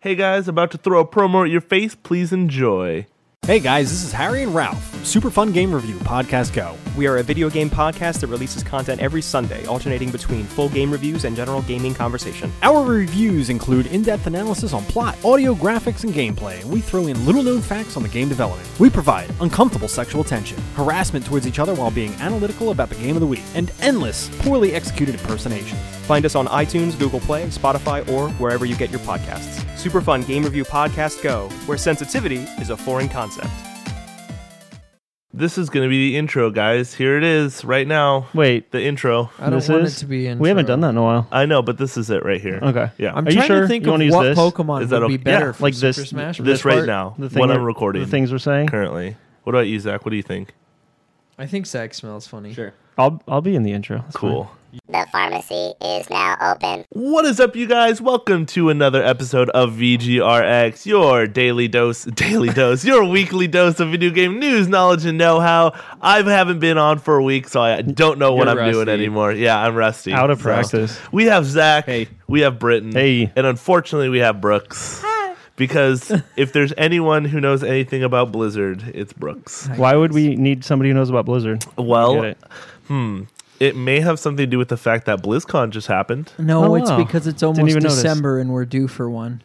Hey guys, about to throw a promo at your face. Please enjoy. Hey guys, this is Harry and Ralph, from Super Fun Game Review Podcast Go. We are a video game podcast that releases content every Sunday, alternating between full game reviews and general gaming conversation. Our reviews include in depth analysis on plot, audio, graphics, and gameplay, and we throw in little known facts on the game development. We provide uncomfortable sexual tension, harassment towards each other while being analytical about the game of the week, and endless, poorly executed impersonations. Find us on iTunes, Google Play, Spotify, or wherever you get your podcasts. Super Fun Game Review Podcast Go, where sensitivity is a foreign concept. This is going to be the intro, guys. Here it is right now. Wait, The intro. I don't this want is it to be in. we haven't done that in a while. I know, but this is it right here. Okay. Yeah. I'm Are you trying sure? to think You of wanna use what this? Pokemon Is that would be okay? better Yeah, for Like Super this, Smash Bros. this right now, The what thing I'm we're- recording. The things we're saying. Currently. What about you, Zach? What do you think? I think Zach smells funny. Sure. I'll I'll be in the intro. That's Cool. The pharmacy is now open. What is up, you guys? Welcome to another episode of VGRX, your daily dose, daily dose, your weekly dose of video game news, knowledge, and know-how. I haven't been on for a week, so I don't know what You're I'm doing rusty. anymore. Yeah, I'm rusty. fine. Out of So- practice. We have Zach. Hey. We have Britton. Hey. And unfortunately, we have Brooks. Because if there's anyone who knows anything about Blizzard, it's Brooks. Why would we need somebody who knows about Blizzard? Well, hmm, Get it. it may have something to do with the fact that BlizzCon just happened. No, Oh, it's wow. because it's Didn't almost even notice. December and we're due for one.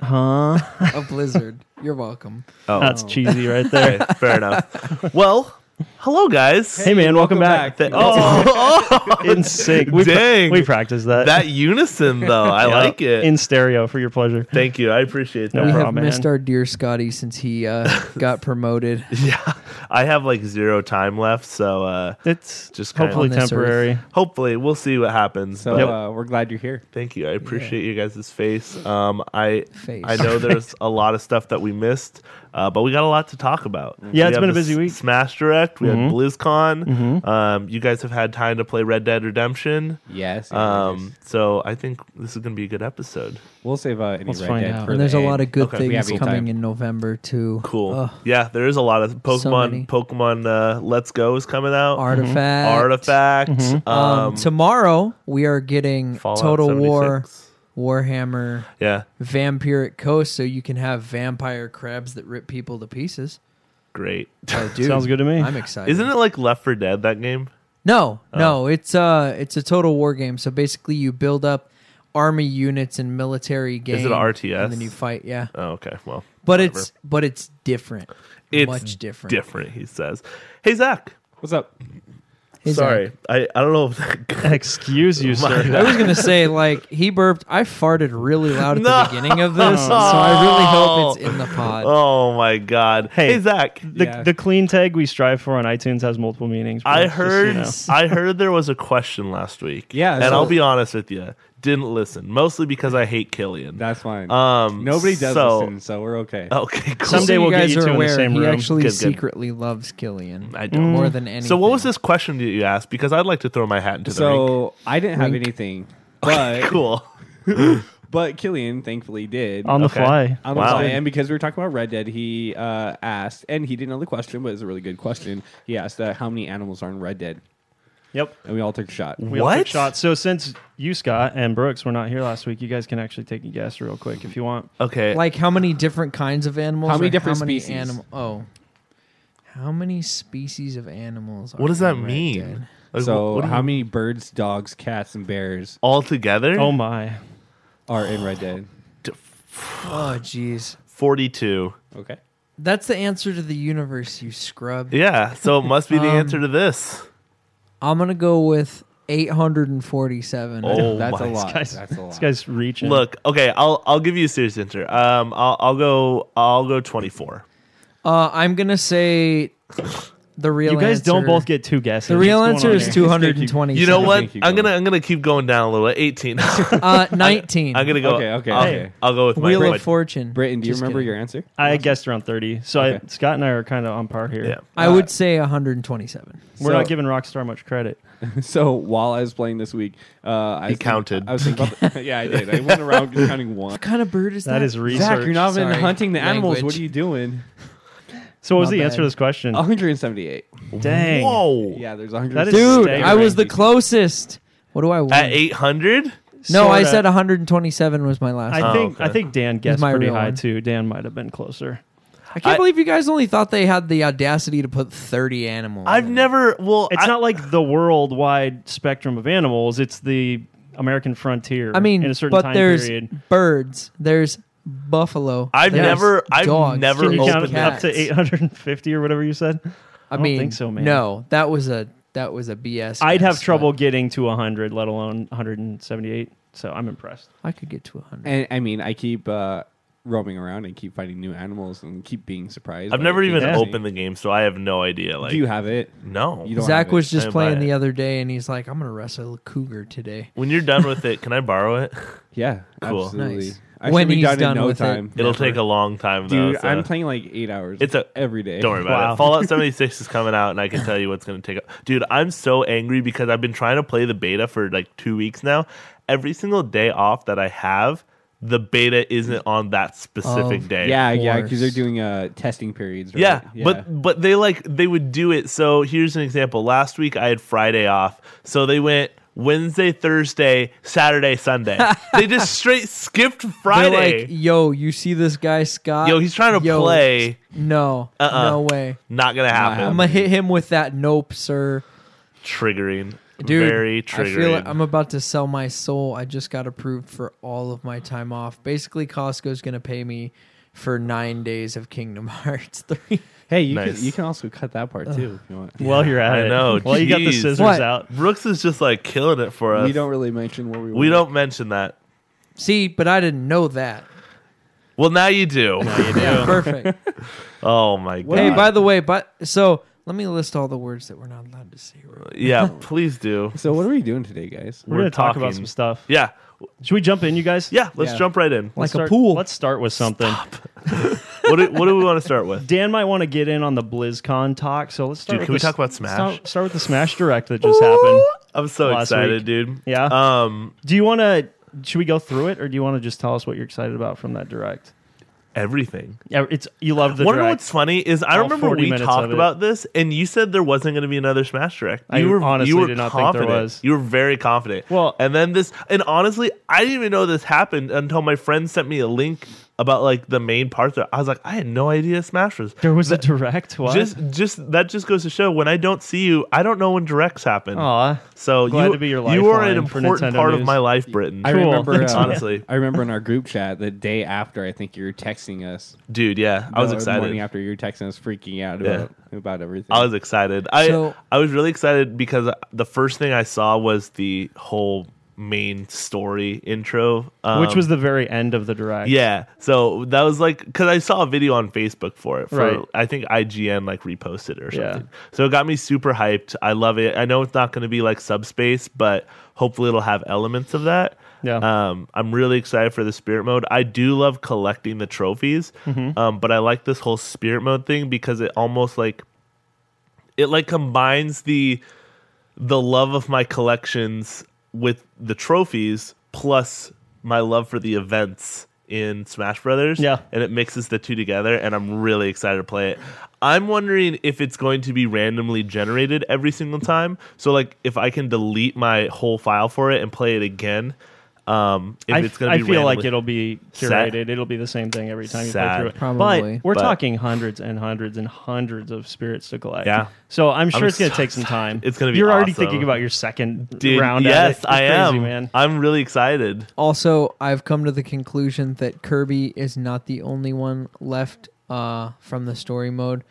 huh? A blizzard. You're welcome. Oh, That's cheesy right there. okay, fair enough. Well, hello guys. hey man, welcome, back. Th- oh, in sync. We, pra- Dang. we practiced that. that unison though, I Yeah. like it. in stereo for your pleasure. Thank you, I appreciate No that. we have problem, missed man. our dear Scotty since he uh, got promoted. Yeah, I have like zero time left, so uh, It's Just just kinda- hopefully On this earth. temporary. hopefully we'll see what happens. So but- uh, we're glad you're here. Thank you. I appreciate you guys' face. Um, I Face. I know there's a lot of stuff that we missed, uh, but we got a lot to talk about. Yeah, We it's have been a the busy S- week. Smash Direct. We Mm-hmm. had BlizzCon. Um, you guys have had time to play Red Dead Redemption. Yes. Um, so I think this is going to be a good episode. we'll save uh, any Let's Red find Dead out. for And there's the a lot end. of good Okay. We have things any coming time. in November too. Cool. Ugh. yeah, there is a lot of Pokemon. many. Mm-hmm. Pokemon uh, Let's Go is coming Oh, out. mm-hmm. Artifact. Artifact. Um, Um, tomorrow we are getting Fallout Total War, 76. Warhammer, Yeah, Vampiric Coast, so you can have vampire crabs that rip people to pieces. great. Oh, dude, Sounds good to me. Oh. I'm excited. Isn't it like Left for Dead that game? No, no, it's uh it's a total war game. So basically you build up army units and military game. Is it a RTS? And then you fight, yeah. Uh, Oh, okay. Well, But whatever. it's but it's different. It's much different. Different, he says. Hey Zach. What's up? Hey, Zach. Sorry, I, I don't know if that. Excuse you, sir. I was gonna say like he burped. I farted really loud at No. the beginning of this, so I really hope it's in the pod. oh my God. Hey, Hey. Zach. The, Yeah. the clean tag we strive for on iTunes has multiple meanings. bro. I Just so you heard know. I heard there was a question last week. Yeah, and so- I'll be honest with you, didn't listen mostly because I hate Killian. That's fine. um, Nobody does so, listen, so we're okay. Okay, cool. Someday so we'll you get guys you two are in the aware same he room. actually Good, good. secretly loves Killian I don't. more than anything. So, what was this question that you asked? Because I'd like to throw my hat into the ring. so I didn't have Wink. anything, but Cool. but Killian thankfully did. on Okay. the fly. I'm Wow. sorry, And because we were talking about Red Dead, he uh, asked, and he didn't know the question, but it's a really good question. He asked, uh, "How many animals are in Red Dead?" Yep. And we all took a shot. We all took What? shots. So since you, Scott, and Brooks were not here last week, you guys can actually take a guess real quick if you want. Okay. Like how many different kinds of animals? How many or different how many species? Anim- oh, how many species of animals? Are what does that in Red mean? Dead? Like, so, what do you- how many birds, dogs, cats, and bears all together? Mm. Oh my. are in Red Dead? Oh, jeez. Forty-two. Okay. That's the answer to the universe, you scrub. Yeah. So it must be the Um, answer to this. I'm gonna go with 847. Oh That's my a lot. Guys, That's a lot. This guy's reaching. Look, okay, I'll I'll give you a serious answer. Um, I'll I'll go I'll go twenty four. Uh, I'm gonna say the real. you guys don't answer- both get two guesses. The real What's answer going on is here? two- 220. You know what? Thank you, I'm gonna Colin. I'm gonna keep going down a little. bit. Eighteen. I'm Uh, 19. gonna go. Okay, okay, I'll, okay. I'll go with my. Wheel my- of Fortune. Britton, do you Just remember kidding. your answer? I guessed around thirty, so Okay. I, Scott and I are kind of on par here. Yeah. I would say 127. We're So- not giving Rockstar much credit. So while I was playing this week, uh, I was think- counted. I was thinking about the- yeah, I did. I went around just counting one. What kind of bird is that? That is research. Zach, you're not even Sorry. hunting the animals. What Language. are you doing? so what was my the answer bad. Oh, to this question? 178. Dang. Whoa. Yeah, there's 100. That is Dude, Stay I was the closest. closest. What do I win? At eight hundred. No, I sorta- said 127 was my last. I one. Oh, think I okay. Oh, think Dan guessed my pretty real high one. too. Dan might have been closer. I can't I- believe you guys only thought they had the audacity to put 30 animals. I've in it. never. Well, It's I- not like the worldwide spectrum of animals. It's the American frontier. I mean, in a certain but time there's period. birds. There's buffalo. I've there's never- I've dogs, never Can you there's count it up cats. to 850 or whatever you said? I, don't mean, think so, man. No, that was a that was a BS. I'd guess, have trouble but getting to 100, let alone 178. So I'm impressed. I could get to 100. And I mean, I keep uh, roaming around and keep finding new animals and keep being surprised. I've by never the even things I see. opened the game, so I have no idea. Like, Do you have it? no. You don't Zach have it. was just Don't buy playing it. the other day, and he's like, "I'm gonna wrestle a cougar today." when you're done with it, can I borrow it? Yeah, Cool. absolutely. Nice. I When should be he's done, done in no with it. time. It'll take a long time, though. Dude, so- I'm playing like eight hours. uh, It's a- every day. Don't worry about Wow. it. Fallout 76 is coming out, and I can tell you what's going to take up. Dude, I'm so angry because I've been trying to play the beta for like two weeks now. Every single day off that I have, the beta isn't on that specific Of day. Yeah, yeah, because course. they're doing uh, testing periods. Right? Yeah, but but they like they would do it. So here's an example. Last week I had Friday off, so they went Wednesday, Thursday, Saturday, Sunday. they just straight skipped They're Friday. like, "Yo, you see this guy Scott? Yo, he's trying to Yo, play. No, Uh-uh. no way. Not gonna happen. I'm gonna hit him with that nope, sir." triggering, Dude, very I triggering. feel like I'm about to sell my soul. I just got approved for all of my time off. Basically, Costco's going to pay me for nine days of Kingdom Hearts 3. hey, you Nice. can you can also cut that part too if you want. While you're at I it, know, While you got the jeez. scissors What? out, Uh, Brooks is just like killing it for us. We don't really mention what we. We want. don't mention that. See, but I didn't know that. Well, now you do. Yeah, perfect. oh my god. hey, by the way, but so let me list all the words that we're not allowed to say. yeah, please do. So what are we doing today, guys? we're, We're gonna talk about talking. some stuff. Yeah, Should we jump in, you guys? yeah. Let's Yeah. jump right in. Like Let's a start- pool. Let's start with something. What do, what do we want to start with? Dan might want to get in on the BlizzCon talk, so let's Dude, start. with can we this- talk about Smash? Start, start with the Smash Direct that just happened. I'm so Last excited, week. dude. Yeah. Um, Do you want to? Should we go through it, or do you want to just tell us what you're excited about from that Direct? everything. Yeah, it's you love the. One of direct. what's funny is I All remember 40 we minutes of talked it. about this, and you said there wasn't going to be another Smash Direct. I you were honestly you were did not think there confident. was. You were very confident. Well- and then this, and honestly, I didn't even know this happened until my friend sent me a link about like the main part. That I was like, I had no idea Smash was. There was a direct. What? Just, just that just goes to show when I don't see you, I don't know when directs happen. Aw. so glad you, to be your you are an lifeline for important Nintendo part of news. my life, Britain. I Cool. remember Thanks, uh, man. Honestly. I remember in our group chat the day after. I think you were texting us. Dude, yeah, I was the excited. morning after you were texting us, freaking out Yeah. about, about everything. I was excited. I So- I was really excited because the first thing I saw was the whole main story intro, um, which was the very end of the direct. yeah. So that was like because I saw a video on Facebook for it. For, Right. I think IGN like reposted it or Yeah. something. So it got me super hyped. I love it. I know it's not going to be like Subspace, but hopefully it'll have elements of that. Yeah. Um, I'm really excited for the spirit mode. I do love collecting the trophies, Mm-hmm. um, but I like this whole spirit mode thing because it almost like it like combines the the love of my collections with the trophies plus my love for the events in Smash Brothers. Yeah. And it mixes the two together and I'm really excited to play it. I'm wondering if it's going to be randomly generated every single time. So like if I can delete my whole file for it and play it again. Um if I, it's gonna I be feel like randomly- it'll be Sad. curated. It'll be the same thing every Sad. time you play through it. Probably. But we're But- talking hundreds and hundreds and hundreds of spirits to collect. Yeah. So I'm sure it's going to so take some time. It's gonna be You're already awesome. thinking about your second Dude, round. at it. yes, It's I crazy, am. man. I'm really excited. Also, I've come to the conclusion that Kirby is not the only one left uh, from the story mode.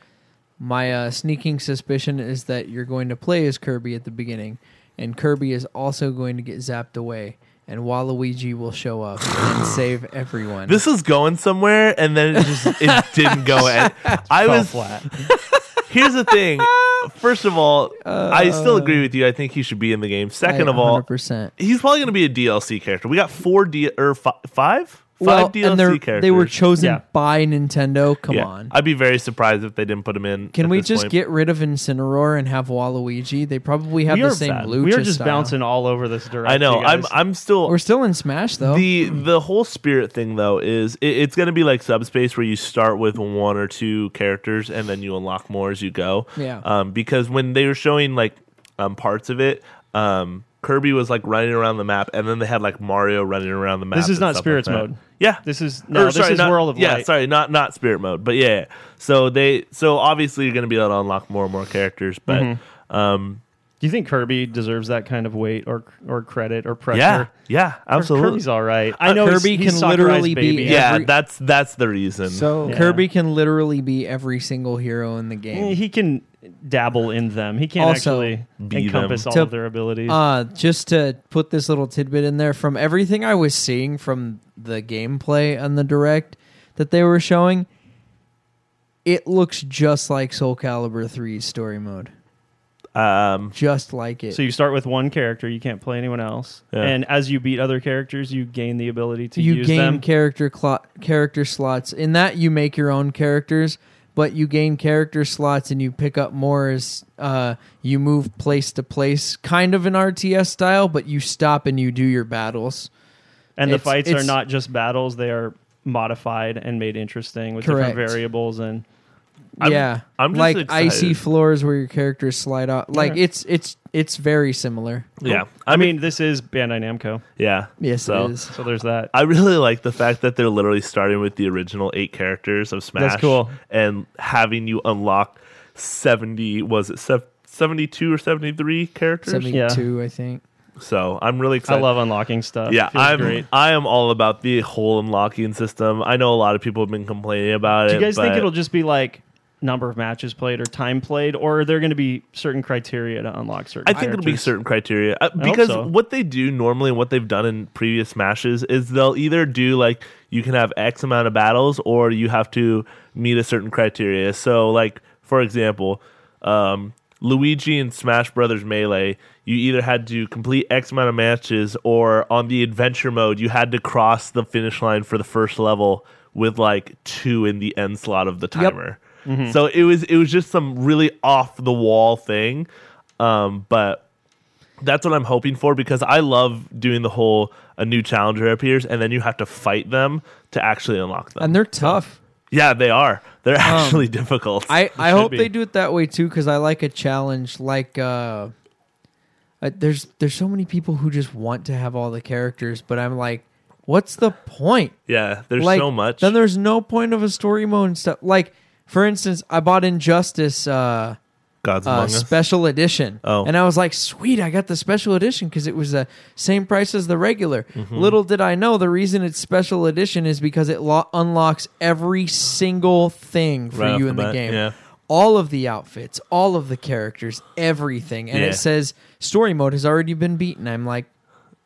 My uh, sneaking suspicion is that you're going to play as Kirby at the beginning, and Kirby is also going to get zapped away, and Waluigi will show up and save everyone. This was going somewhere, and then it just it didn't go. And I Fell was flat. Here's the thing. First of all, I still agree with you. I think he should be in the game. Second Uh, I- of all, 100%. he's probably going to be a DLC character. We got four D or fi- five, five Well, DLC and they're- characters. they were chosen Yeah. by Nintendo. Come Yeah. on. I'd be very surprised if they didn't put him in. Can at we this just point. get rid of Incineroar and have Waluigi? They probably have we the are same bad. Lucha We are just style. bouncing all over this direction. I know. I'm. I'm still. We're still in Smash though. the the whole spirit thing though is it, it's going to be like subspace where you start with one or two characters and then you unlock more as you go Yeah. um because when they were showing like um parts of it um Kirby was like running around the map, and then they had like Mario running around the map. This is and not stuff like spirits that. mode. Yeah, This is no. Or, this sorry, is not- World of yeah, Light. sorry, not not spirit mode, but yeah. yeah. So they so obviously you're gonna be able to unlock more and more characters, but Mm-hmm. um, Do you think Kirby deserves that kind of weight or or credit or pressure? yeah, yeah, absolutely. Kirby's all right. I know Uh, Kirby he's, he's can literally Sakurai's be- baby. yeah, every- that's that's the reason. So Yeah. Kirby can literally be every single hero in the Eh, game. he can dabble in them. He can't Also, actually Be encompass them. all To- of their abilities. Uh, just to put this little tidbit in there, from everything I was seeing from the gameplay on the direct that they were showing, it looks just like Soul Calibur 3's story mode. um, Just like it. so you start with one character. You can't play anyone else. Yeah. And as you beat other characters, you gain the ability to you use gain them. character clo- character slots. In that, you make your own characters, but you gain character slots and you pick up more as uh, you move place to place, kind of an RTS style. But you stop and you do your battles. and the it's- fights are it's- not just battles; they are modified and made interesting with different Correct. variables. And I'm- yeah, I'm just like excited. icy floors where your characters slide off. Like it's it's it's very similar. yeah, I mean, this is Bandai Namco, yeah, Yes, So, it is. so there's that. I really like the fact that they're literally starting with the original eight characters of Smash. cool. And having you unlock 70, was it sev- 72 or 73 characters? Seventy-two, I think. So I'm really I excited. love unlocking stuff. yeah, It feels I'm. great. I am all about the whole unlocking system. I know a lot of people have been complaining about Do it. you guys think but it'll just be like number of matches played or time played, or are there going to be certain criteria to unlock certain? I think it'll be characters? certain criteria Uh, hope because so. what they do normally and what they've done in previous smashes is they'll either do like you can have X amount of battles or you have to meet a certain criteria. So like for example, um, Luigi in Smash Brothers Melee, you either had to complete X amount of matches or on the adventure mode you had to cross the finish line for the first level with like two in the end slot of the timer. So it was it was just some really off the wall thing. Um, but that's what I'm hoping for because I love doing the whole a new challenger appears and then you have to fight them to actually unlock them. And they're tough. yeah, they are. They're actually difficult. I, I hope be. they do it that way too because I like a challenge. Like uh, uh, there's there's so many people who just want to have all the characters, but I'm like, what's the point? yeah, there's like, so much. Then there's no point of a story mode and stuff. Like for instance, I bought Injustice uh, Gods Among uh, Us. special edition, Oh. and I was like, sweet, I got the special edition because it was the same price as the regular. Mm-hmm. Little did I know the reason it's special edition is because it lo- unlocks every single thing for Right off you the in the bat, game yeah. all of the outfits, all of the characters, everything. And Yeah. it says story mode has already been beaten. I'm like,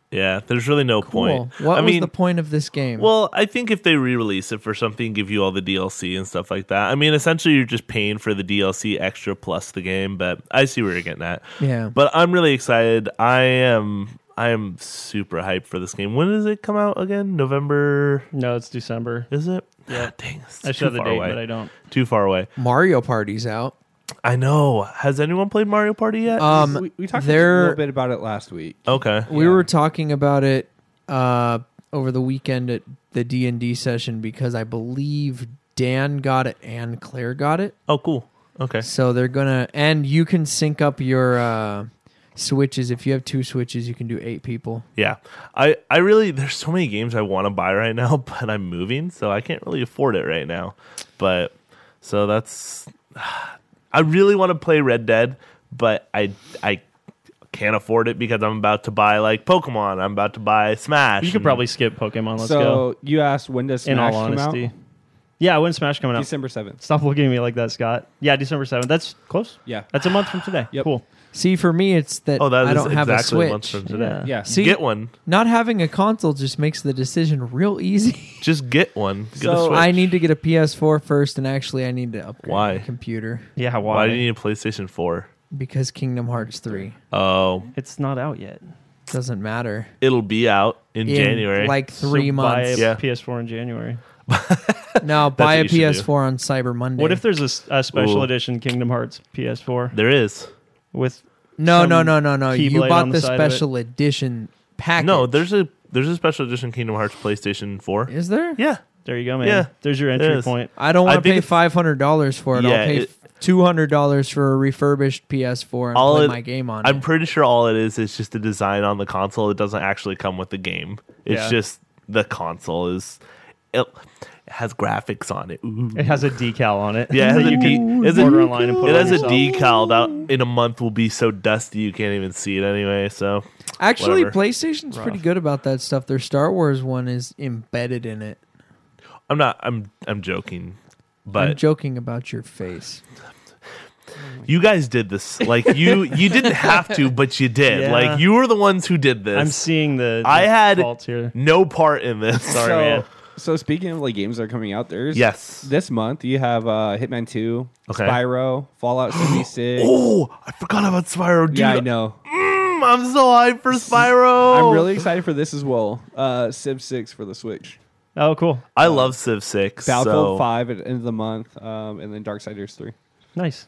yeah, there's really no cool. point. What I was mean, the point of this game? well, I think if they re-release it for something, give you all the DLC and stuff like that. I mean, essentially you're just paying for the DLC extra plus the game, but I see where you're getting at. Yeah. But I'm really excited. I am I am super hyped for this game. When does it come out again? November No, it's December. Is it? Ah, Yeah. Dang, it's I too should have the far date, away. but I don't. Too far away. Mario Party's out. I know. Has anyone played Mario Party yet? Um, we, we talked there- a little bit about it last week. okay. We were talking about it uh, over the weekend at the D and D session because I believe Dan got it and Claire got it. Oh, cool. Okay. So they're gonna, and you can sync up your uh, switches. If you have two switches, you can do eight people. Yeah. I I really there's so many games I want to buy right now, but I'm moving, so I can't really afford it right now. But so that's I really want to play Red Dead, but I I can't afford it because I'm about to buy like Pokemon. I'm about to buy Smash. You could and- probably skip Pokemon. Let's so go. you asked when does Smash In all come honesty, out? yeah. When's Smash coming out? Oh. December seventh. Stop looking at me like that, Scott. Yeah, December seventh. That's close. Yeah. That's a month from today. Yep. Cool. See, for me, it's that, Oh, that is I don't have a exactly switch. a month from today. Yeah. Yeah. See, Get one. Not having a console just makes the decision real easy. Just get one. Get a So- Switch. I need to get a PS4 first, and actually, I need to upgrade Why? my computer Yeah. Why? Why do you need a PlayStation 4? because Kingdom Hearts 3 Oh, It's not out yet. doesn't matter. it'll be out in, In, January. like three So months. Buy a Yeah. PS4 in January. No, buy a what you should do. PS4 on Cyber Monday. What if there's a s- a, special Ooh. edition Kingdom Hearts PS4 there is. with? no, some no, no, no, no. You keyblade bought on the, the side of it? special edition package. No, there's a there's a special edition Kingdom Hearts PlayStation 4. Is there? Yeah. There you go, man. Yeah. there's your entry Yes. point. I don't want I to think pay it's- five hundred dollars for it. Yeah, I'll pay it- two hundred dollars for a refurbished PS4 and All play it- my game on I'm it. pretty sure all it is is just a design on the console. It doesn't actually come with the game. It's Yeah. just the console is it has graphics on it. Ooh. It has a decal on it. Yeah, it has that a you can de- it's a order online and put It on has a yourself. decal that in a month will be so dusty you can't even see it anyway. So Actually, whatever. PlayStation's pretty good about that stuff. Their Star Wars one is embedded in it. I'm not. I'm I'm joking. I'm But joking about your face. you guys did this. Like you, you didn't have to, but you did. Yeah. Like you were the ones who did this. I'm seeing the, the I had faults here. no part in this. Sorry, so, man. So speaking of like games that are coming out, there's Yes. this month you have uh, Hitman Two, Okay. Spyro, Fallout 76. Oh, I forgot about Spyro. Dude, Oh. yeah, I know. Mm, I'm so hyped for Spyro. I'm really excited for this as well. Uh, Civ Six for the Switch, Oh, cool. I love Civ Six. Battlefield so- Five at the end of the month, um, and then Darksiders Three. Nice.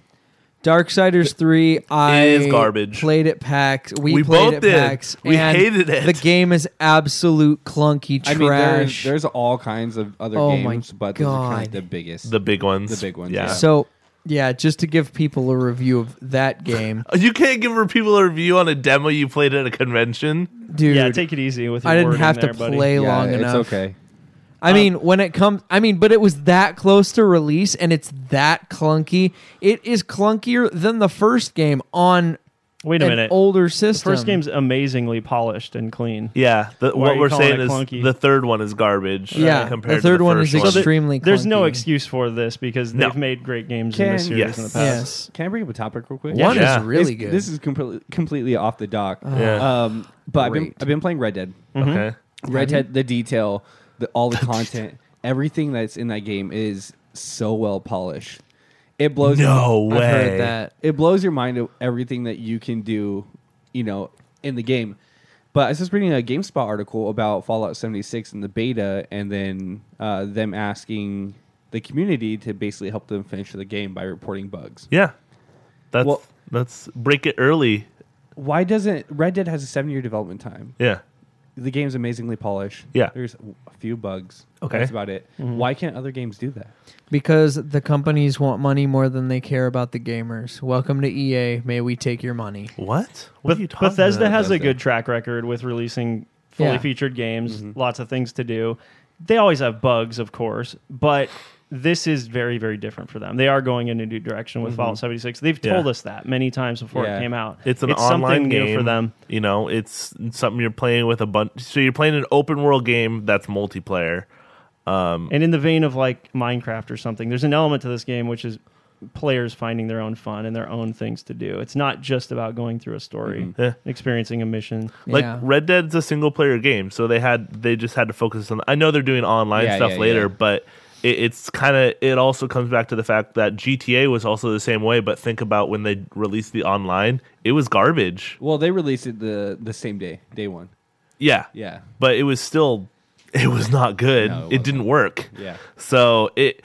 Darksiders 3 I Is garbage. played at PAX. We, We played both at did. PAX. We and hated it. The game is absolute clunky I trash. mean, there's, there's all kinds of other Oh my games, but those are kind God. of the biggest. The big ones. The big ones, yeah. so, yeah, just to give people a review of that game. You can't give people a review on a demo you played at a convention. Dude, yeah, take it easy with. Your I didn't wording have to there, buddy. play yeah, long it's enough. okay. Uh, I mean, when it comes, I mean, but it was that close to release and it's that clunky. It is clunkier than the first game on Wait a an minute. older The system. first game's amazingly polished and clean. Yeah, the, Why are what you we're calling saying it is clunky? the third one is garbage. uh, Yeah, the compared to third the one first is one. extreme. Extremely There's no clunky. excuse for this because No. they've made great games Can- in this series Yes. in the past. yes, Can I bring up a topic real quick? one Yeah. is really It's- good. Uh-huh. This is completely completely off the dock. Yeah. Um, but I've been Great. I've been playing Red Dead. Okay. Red Dead, the detail, the, all the content, everything that's in that game is so well polished. It blows. No your, way. I heard that. It blows your mind of everything that you can do, you know, in the game. But I was just reading a GameSpot article about Fallout 76 and the beta, and then uh, them asking the community to basically help them finish the game by reporting bugs. Yeah. That's Well- that's break it early. Why doesn't Red Dead has a seven year development time? Yeah. The game's amazingly polished. Yeah. there's a few bugs. Okay. that's about it. Why can't other games do that? Because the companies want money more than they care about the gamers. Welcome to EA. May we take your money. What? What Beth- are you talking Bethesda about? has a Bethesda? good track record with releasing fully Yeah. featured games, Mm-hmm. lots of things to do. They always have bugs, of course, but this is very, very different for them. They are going in a new direction with Fallout 76. They've Mm-hmm. Yeah. told us that many times before Yeah. it came out. It's an online something game new for them. You know, it's something you're playing with a bunch. So you're playing an open world game that's multiplayer. And in the vein of like Minecraft or something, there's an element to this game which is players finding their own fun and their own things to do. It's not just about going through a story, Mm-hmm. Yeah. experiencing a mission. Like Yeah. Red Dead's a single player game, so they had they just had to focus on. I know they're doing online Yeah, stuff yeah, later, yeah. but it, it's kind of it also comes back to the fact that GTA was also the same way. But think about when they released the online, it was garbage. Well, they released it the the same day, day one. Yeah, Yeah. but it was still it was not good. No, it it, didn't work. Yeah. So it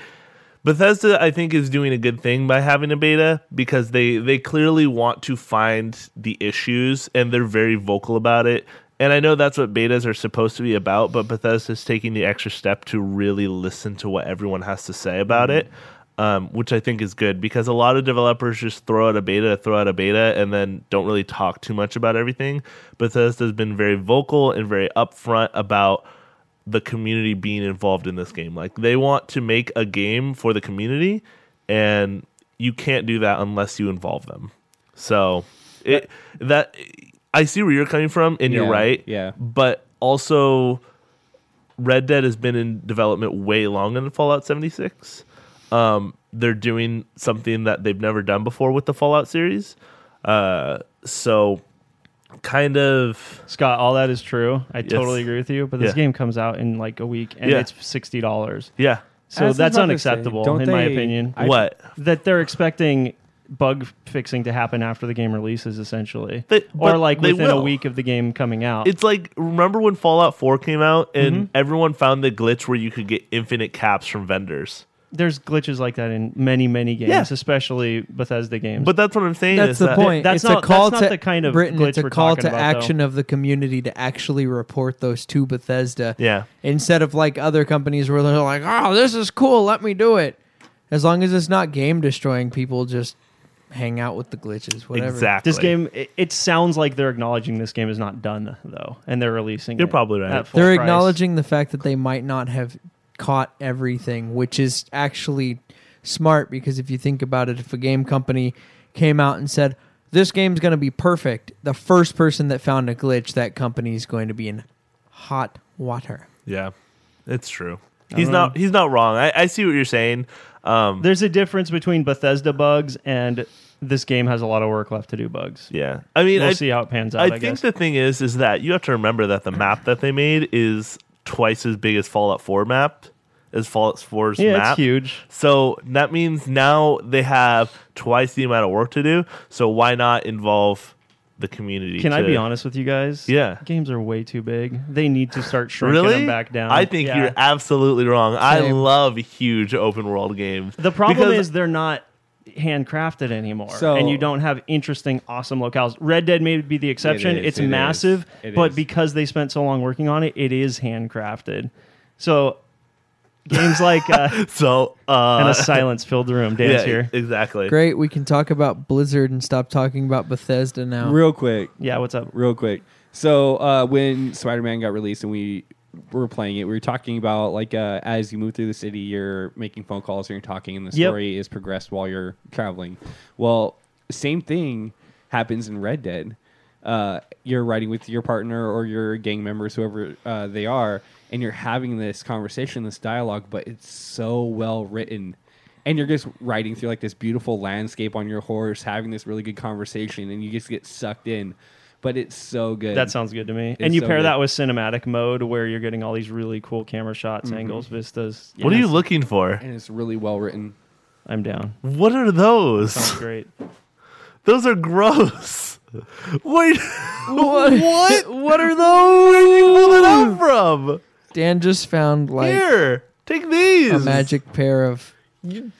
Bethesda I think is doing a good thing by having a beta because they they clearly want to find the issues and they're very vocal about it. And I know that's what betas are supposed to be about, but Bethesda's taking the extra step to really listen to what everyone has to say about it. Um, which I think is good because a lot of developers just throw out a beta, throw out a beta, and then don't really talk too much about everything. Bethesda's been very vocal and very upfront about the community being involved in this game. Like they want to make a game for the community, and you can't do that unless you involve them. So it that I see where you're coming from, and Yeah, you're right. yeah. but also Red Dead has been in development way longer than Fallout 76. Um, they're doing something that they've never done before with the Fallout series. Uh, so kind of Scott, all that is true. I totally agree with you. But this Yeah. game comes out in like a week and Yeah. it's sixty dollars. yeah. So As I was that's about to unacceptable, say, don't in my they- opinion. I- what? that they're expecting bug fixing to happen after the game releases, essentially, They- or but like they within a will. week of the game coming out. It's like remember when Fallout 4 came out and Mm-hmm. everyone found the glitch where you could get infinite caps from vendors. There's glitches like that in many, many games, Yeah. especially Bethesda games. But that's what I'm saying. That's is the that- point. that's it's not- a call that's to not the kind of Britain. glitch It's a we're call talking to about, action of the community to actually report those to Bethesda. Yeah. Instead of like other companies where they're like, "Oh, this is cool. Let me do it." As long as it's not game destroying, people just hang out with the glitches, whatever. Exactly. This game, it, it sounds like they're acknowledging this game is not done though, and they're releasing. You're it probably right. at full They're price. acknowledging the fact that they might not have caught everything, which is actually smart because if you think about it, if a game company came out and said, This game's going to be perfect, the first person that found a glitch, that company is going to be in hot water. Yeah, it's true. He's not. He's not wrong. I, I see what you're saying. Um, There's a difference between Bethesda bugs and this game has a lot of work left to do bugs. yeah. I mean, We'll I, see how it pans out. I, I, think guess. the thing is, is that you have to remember that the map that they made is twice as big as Fallout 4 map, as Fallout 4's yeah, map. it's huge. So that means now they have twice the amount of work to do. So why not involve the community? Can I to- be honest with you guys? Yeah. games are way too big. They need to start shrinking Really? them back down. I think Yeah. you're absolutely wrong. I Same. love huge open world games. The problem Because- is they're not handcrafted anymore, So- and you don't have interesting, awesome locales. Red Dead may be the exception; It is, it's it is, massive, it but is. because they spent so long working on it, it is handcrafted. So games like uh, so uh, and a silence filled the room. Dan's yeah, here. exactly. Great, we can talk about Blizzard and stop talking about Bethesda now. Real quick, Yeah, what's up? real quick. So uh, when Spider Man got released and we were playing it, we were talking about like uh, as you move through the city, you're making phone calls and you're talking, and the Yep. story is progressed while you're traveling. Well, same thing happens in Red Dead. Uh, you're riding with your partner or your gang members, whoever uh, they are, and you're having this conversation, this dialogue, but it's so well written. And you're just riding through like this beautiful landscape on your horse, having this really good conversation, and you just get sucked in. But it's so good. That sounds good to me. and It's you so pair good. that with cinematic mode, where you're getting all these really cool camera shots, Mm-hmm. angles, vistas. What are Yes, you looking for? and it's really well written. I'm down. What are Sounds those? great. Those are gross. Where, What? what? What are Where are those? you pulling up from? Dan just found like Here, take these. a magic pair of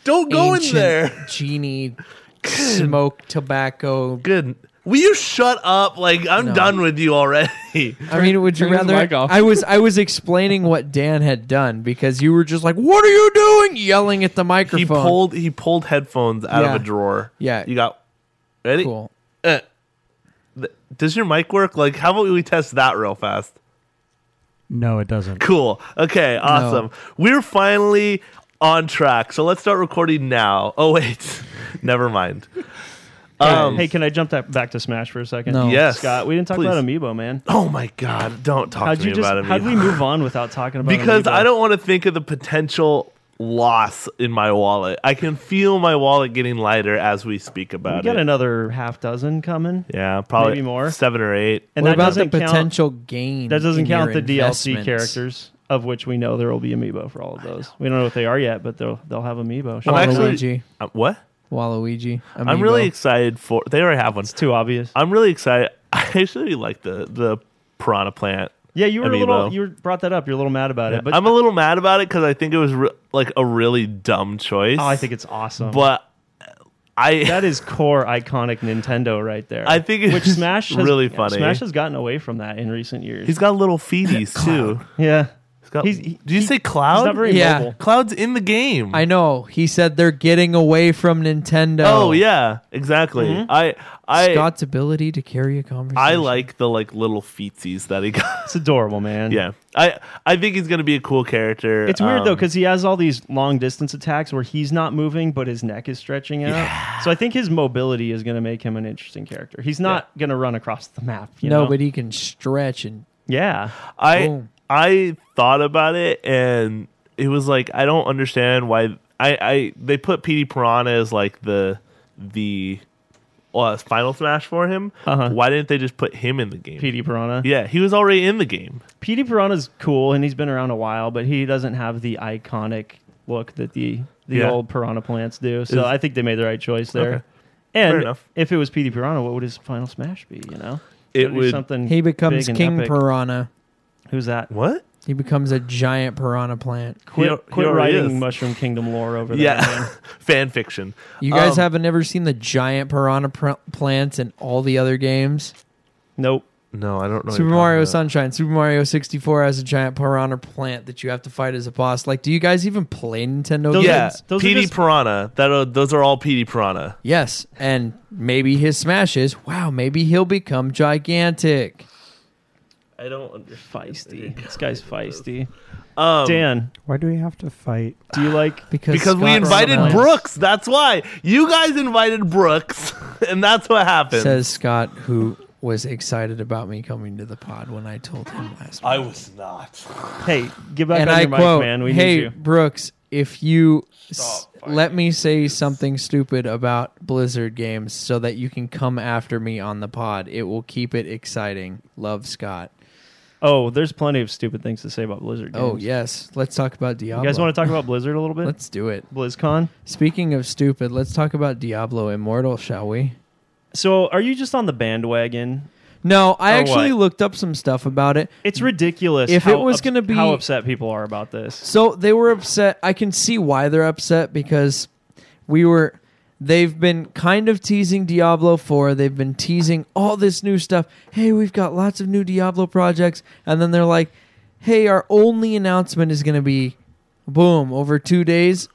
Don't go in ancient there. genie smoke tobacco. Good. Will you shut up? Like I'm No. done with you already. I mean, would you Turn his rather? mic off. I was I was explaining what Dan had done because you were just like, "What are you doing?" yelling at the microphone. he pulled he pulled headphones out Yeah. of a drawer. Yeah. You got ready? Cool. Uh, th- does your mic work? Like how about we test that real fast? No, it doesn't. Cool. Okay, awesome. We're finally on track. So let's start recording now. Oh wait. Never mind. Um, hey, can I jump that back to Smash for a second? No. Yes. Scott, we didn't talk about Please. Amiibo, man. Oh my god, don't talk How'd to me you just? about it. How'd we move on without talking about? because Amiibo? I don't want to think of the potential loss in my wallet. I can feel my wallet getting lighter as we speak about We got it. another half dozen coming, yeah, probably maybe more. seven or eight. and what that about the doesn't count. potential gain? That doesn't in your count the DLC investments? characters, of which we know there will be Amiibo for all of those. We don't know what they are yet, but they'll they'll have Amiibo. Sure. I'm actually- Waluigi. Uh, what? Waluigi. I'm Amiibo. really excited for. They already have one. it's too obvious. I'm really excited. I actually like the the piranha plant. Yeah, you were a Amiibo. little. You were- brought that up. You're a little mad about it, but I'm a little mad about it because I think it was re- like a really dumb choice. oh, I think it's awesome. but I that is core iconic Nintendo right there. I think it's which Smash has, really yeah, funny. Smash has gotten away from that in recent years. he's got little feeties too. yeah, He's got. He's- he- do you say cloud? he's not very Yeah. mobile. Cloud's in the game. I know. He said they're getting away from Nintendo. Oh yeah, exactly. Mm-hmm. I I Scott's ability to carry a conversation. I like the like little feetsies that he got. It's adorable, man. yeah, I I think he's gonna be a cool character. It's weird though Um, because he has all these long distance attacks where he's not moving, but his neck is stretching out. So I think his mobility is going to make him an interesting character. He's not going to run across the map. You no, know? but he can stretch and yeah, I Boom. I thought about it and it was like I don't understand why I I they put PD Piranha as like the the uh, Final Smash for him. Uh-huh. Why didn't they just put him in the game? PD Piranha. Yeah, he was already in the game. PD Piranha's cool and he's been around a while, but he doesn't have the iconic look that the the Yeah. old Piranha plants do. So Is- I think they made the right choice there. Okay. Fair And enough. if it was PD Piranha, what would his final smash be? You know, It Gotta do would- something. he becomes big and King epic. Piranha. Who's that? What? He becomes a giant piranha plant. Quit, al- he quit already writing is. Mushroom Kingdom lore over there. man. Yeah, fan fiction. You guys Um, haven't ever seen the giant piranha pr- plants in all the other games? Nope. No, I don't know. what Super you're talking Mario about. Sunshine. Super Mario 64 has a giant piranha plant that you have to fight as a boss. Like, do you guys even play Nintendo Those games? yeah, are- those are PD just- Piranha. That are, those are all PD Piranha. Yes, and maybe his smash is wow. Maybe he'll become gigantic. I don't under feisty. This guy's feisty. Um, Dan, Why do we have to fight? do you like Because because we Scott invited Rowland Brooks. That's why you guys invited Brooks, and that's what happened. Says Scott, who was excited about me coming to the pod when I told him last. I month. was not. Hey, give back and on I your quote, mic, man. We "Hey need you. Brooks, if you s- Stop fighting. let me say something stupid about Blizzard games, so that you can come after me on the pod, it will keep it exciting." Love Scott. Oh, there's plenty of stupid things to say about Blizzard games. Oh yes, let's talk about Diablo. You guys want to talk about Blizzard a little bit? Let's do it. BlizzCon. Speaking of stupid, let's talk about Diablo Immortal, shall we? So, are you just on the bandwagon? No, I Or actually Oh, what? looked up some stuff about it. It's ridiculous. If how it was ups- gonna be- how upset people are about this. So they were upset. I can see why they're upset because we were. They've been kind of teasing Diablo 4. They've been teasing all this new stuff. Hey, we've got lots of new Diablo projects. And then they're like, hey, our only announcement is going to be boom, over two days,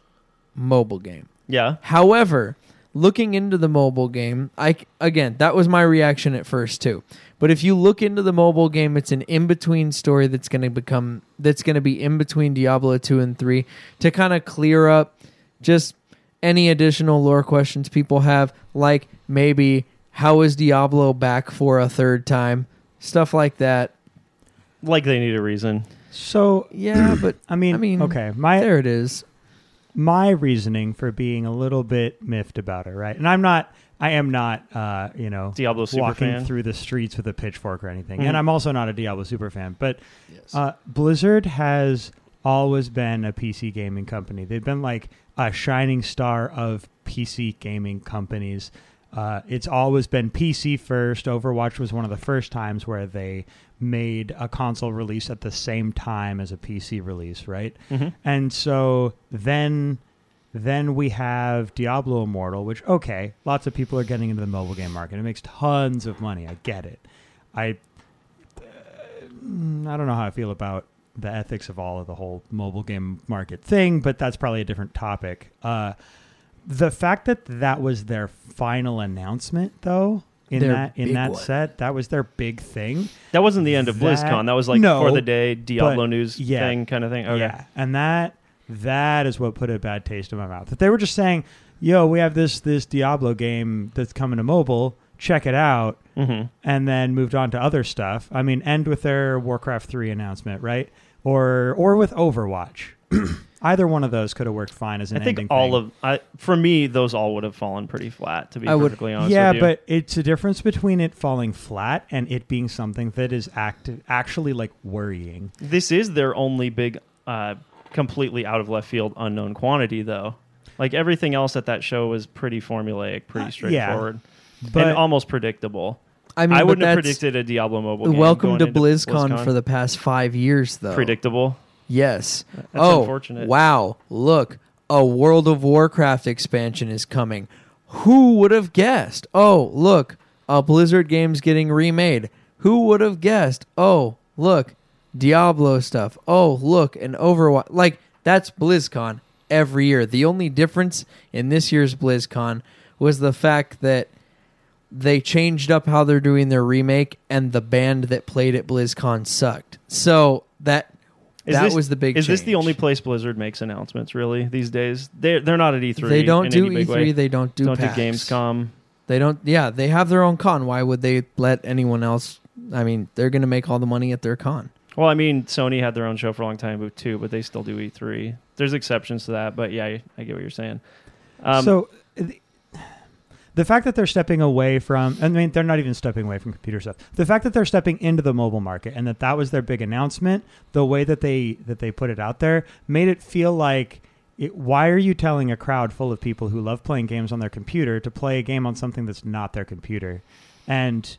mobile game. Yeah. However, looking into the mobile game, I again, that was my reaction at first too. But if you look into the mobile game, it's an in-between story that's going to become that's going to be in between Diablo 2 and 3 to kind of clear up just any additional lore questions people have, like maybe how is Diablo back for a third time? Stuff like that. Like they need a reason. So Yeah, but I mean, I mean, okay, my there it is. my reasoning for being a little bit miffed about it, right? And I'm not, I am not, uh, you know, Diablo super walking fan. through the streets with a pitchfork or anything. Mhm. And I'm also not a Diablo super fan, but uh, Blizzard has always been a PC gaming company. They've been like a shining star of PC gaming companies. Uh, it's always been PC first. Overwatch was one of the first times where they made a console release at the same time as a PC release, right? Mhm. And so then then we have Diablo Immortal, which okay, lots of people are getting into the mobile game market. It makes tons of money. I get it. I Mm, I don't know how I feel about the ethics of all of the whole mobile game market thing, but that's probably a different topic. Uh, the fact that that was their final announcement, though, in Their that in big that one. set, that was their big thing. That wasn't the end of That- BlizzCon. That was like No, for the day Diablo but- news yeah. thing kind of thing. Okay. Yeah, and that that is what put a bad taste in my mouth. If they were just saying, "Yo, we have this this Diablo game that's coming to mobile, check it out," Mhm. and then moved on to other stuff. I mean, end with their Warcraft three announcement, right? Or or with Overwatch. Either one of those could have worked fine as an I think ending all of thing. I for me those all would have fallen pretty flat to be I would- perfectly honest yeah, with you. but it's a difference between it falling flat and it being something that is act- actually like worrying. this is their only big uh completely out of left field unknown quantity though. Like everything else at that show was pretty formulaic, Uh, pretty straightforward. but- and almost predictable. I mean, I but wouldn't have that's- predicted a Diablo mobile. game Welcome going to into BlizzCon, for the past 5 years though. predictable. Yes. oh, unfortunate. Wow. Look, a World of Warcraft expansion is coming. Who would have guessed? Oh, look, a Blizzard game's getting remade. Who would have guessed? Oh, look, Diablo stuff. Oh, look, an Overwatch. Like, that's BlizzCon every year. The only difference in this year's BlizzCon was the fact that they changed up how they're doing their remake and the band that played at BlizzCon sucked. So that Is that this- was the big Is this the change. only place Blizzard makes announcements really these days? They they're not at E3. They don't in do any big E3, way. they don't do don't PAX. do Gamescom. They don't yeah, they have their own con. Why would they let anyone else I mean, they're going to make all the money at their con. Well, I mean, Sony had their own show for a long time but- too, but they still do E3. There's exceptions to that, but yeah, I, I get what you're saying. Um, so the, the fact that they're stepping away from I mean they're not even stepping away from computer stuff. The fact that they're stepping into the mobile market and that that was their big announcement, the way that they that they put it out there made it feel like it, why are you telling a crowd full of people who love playing games on their computer to play a game on something that's not their computer? And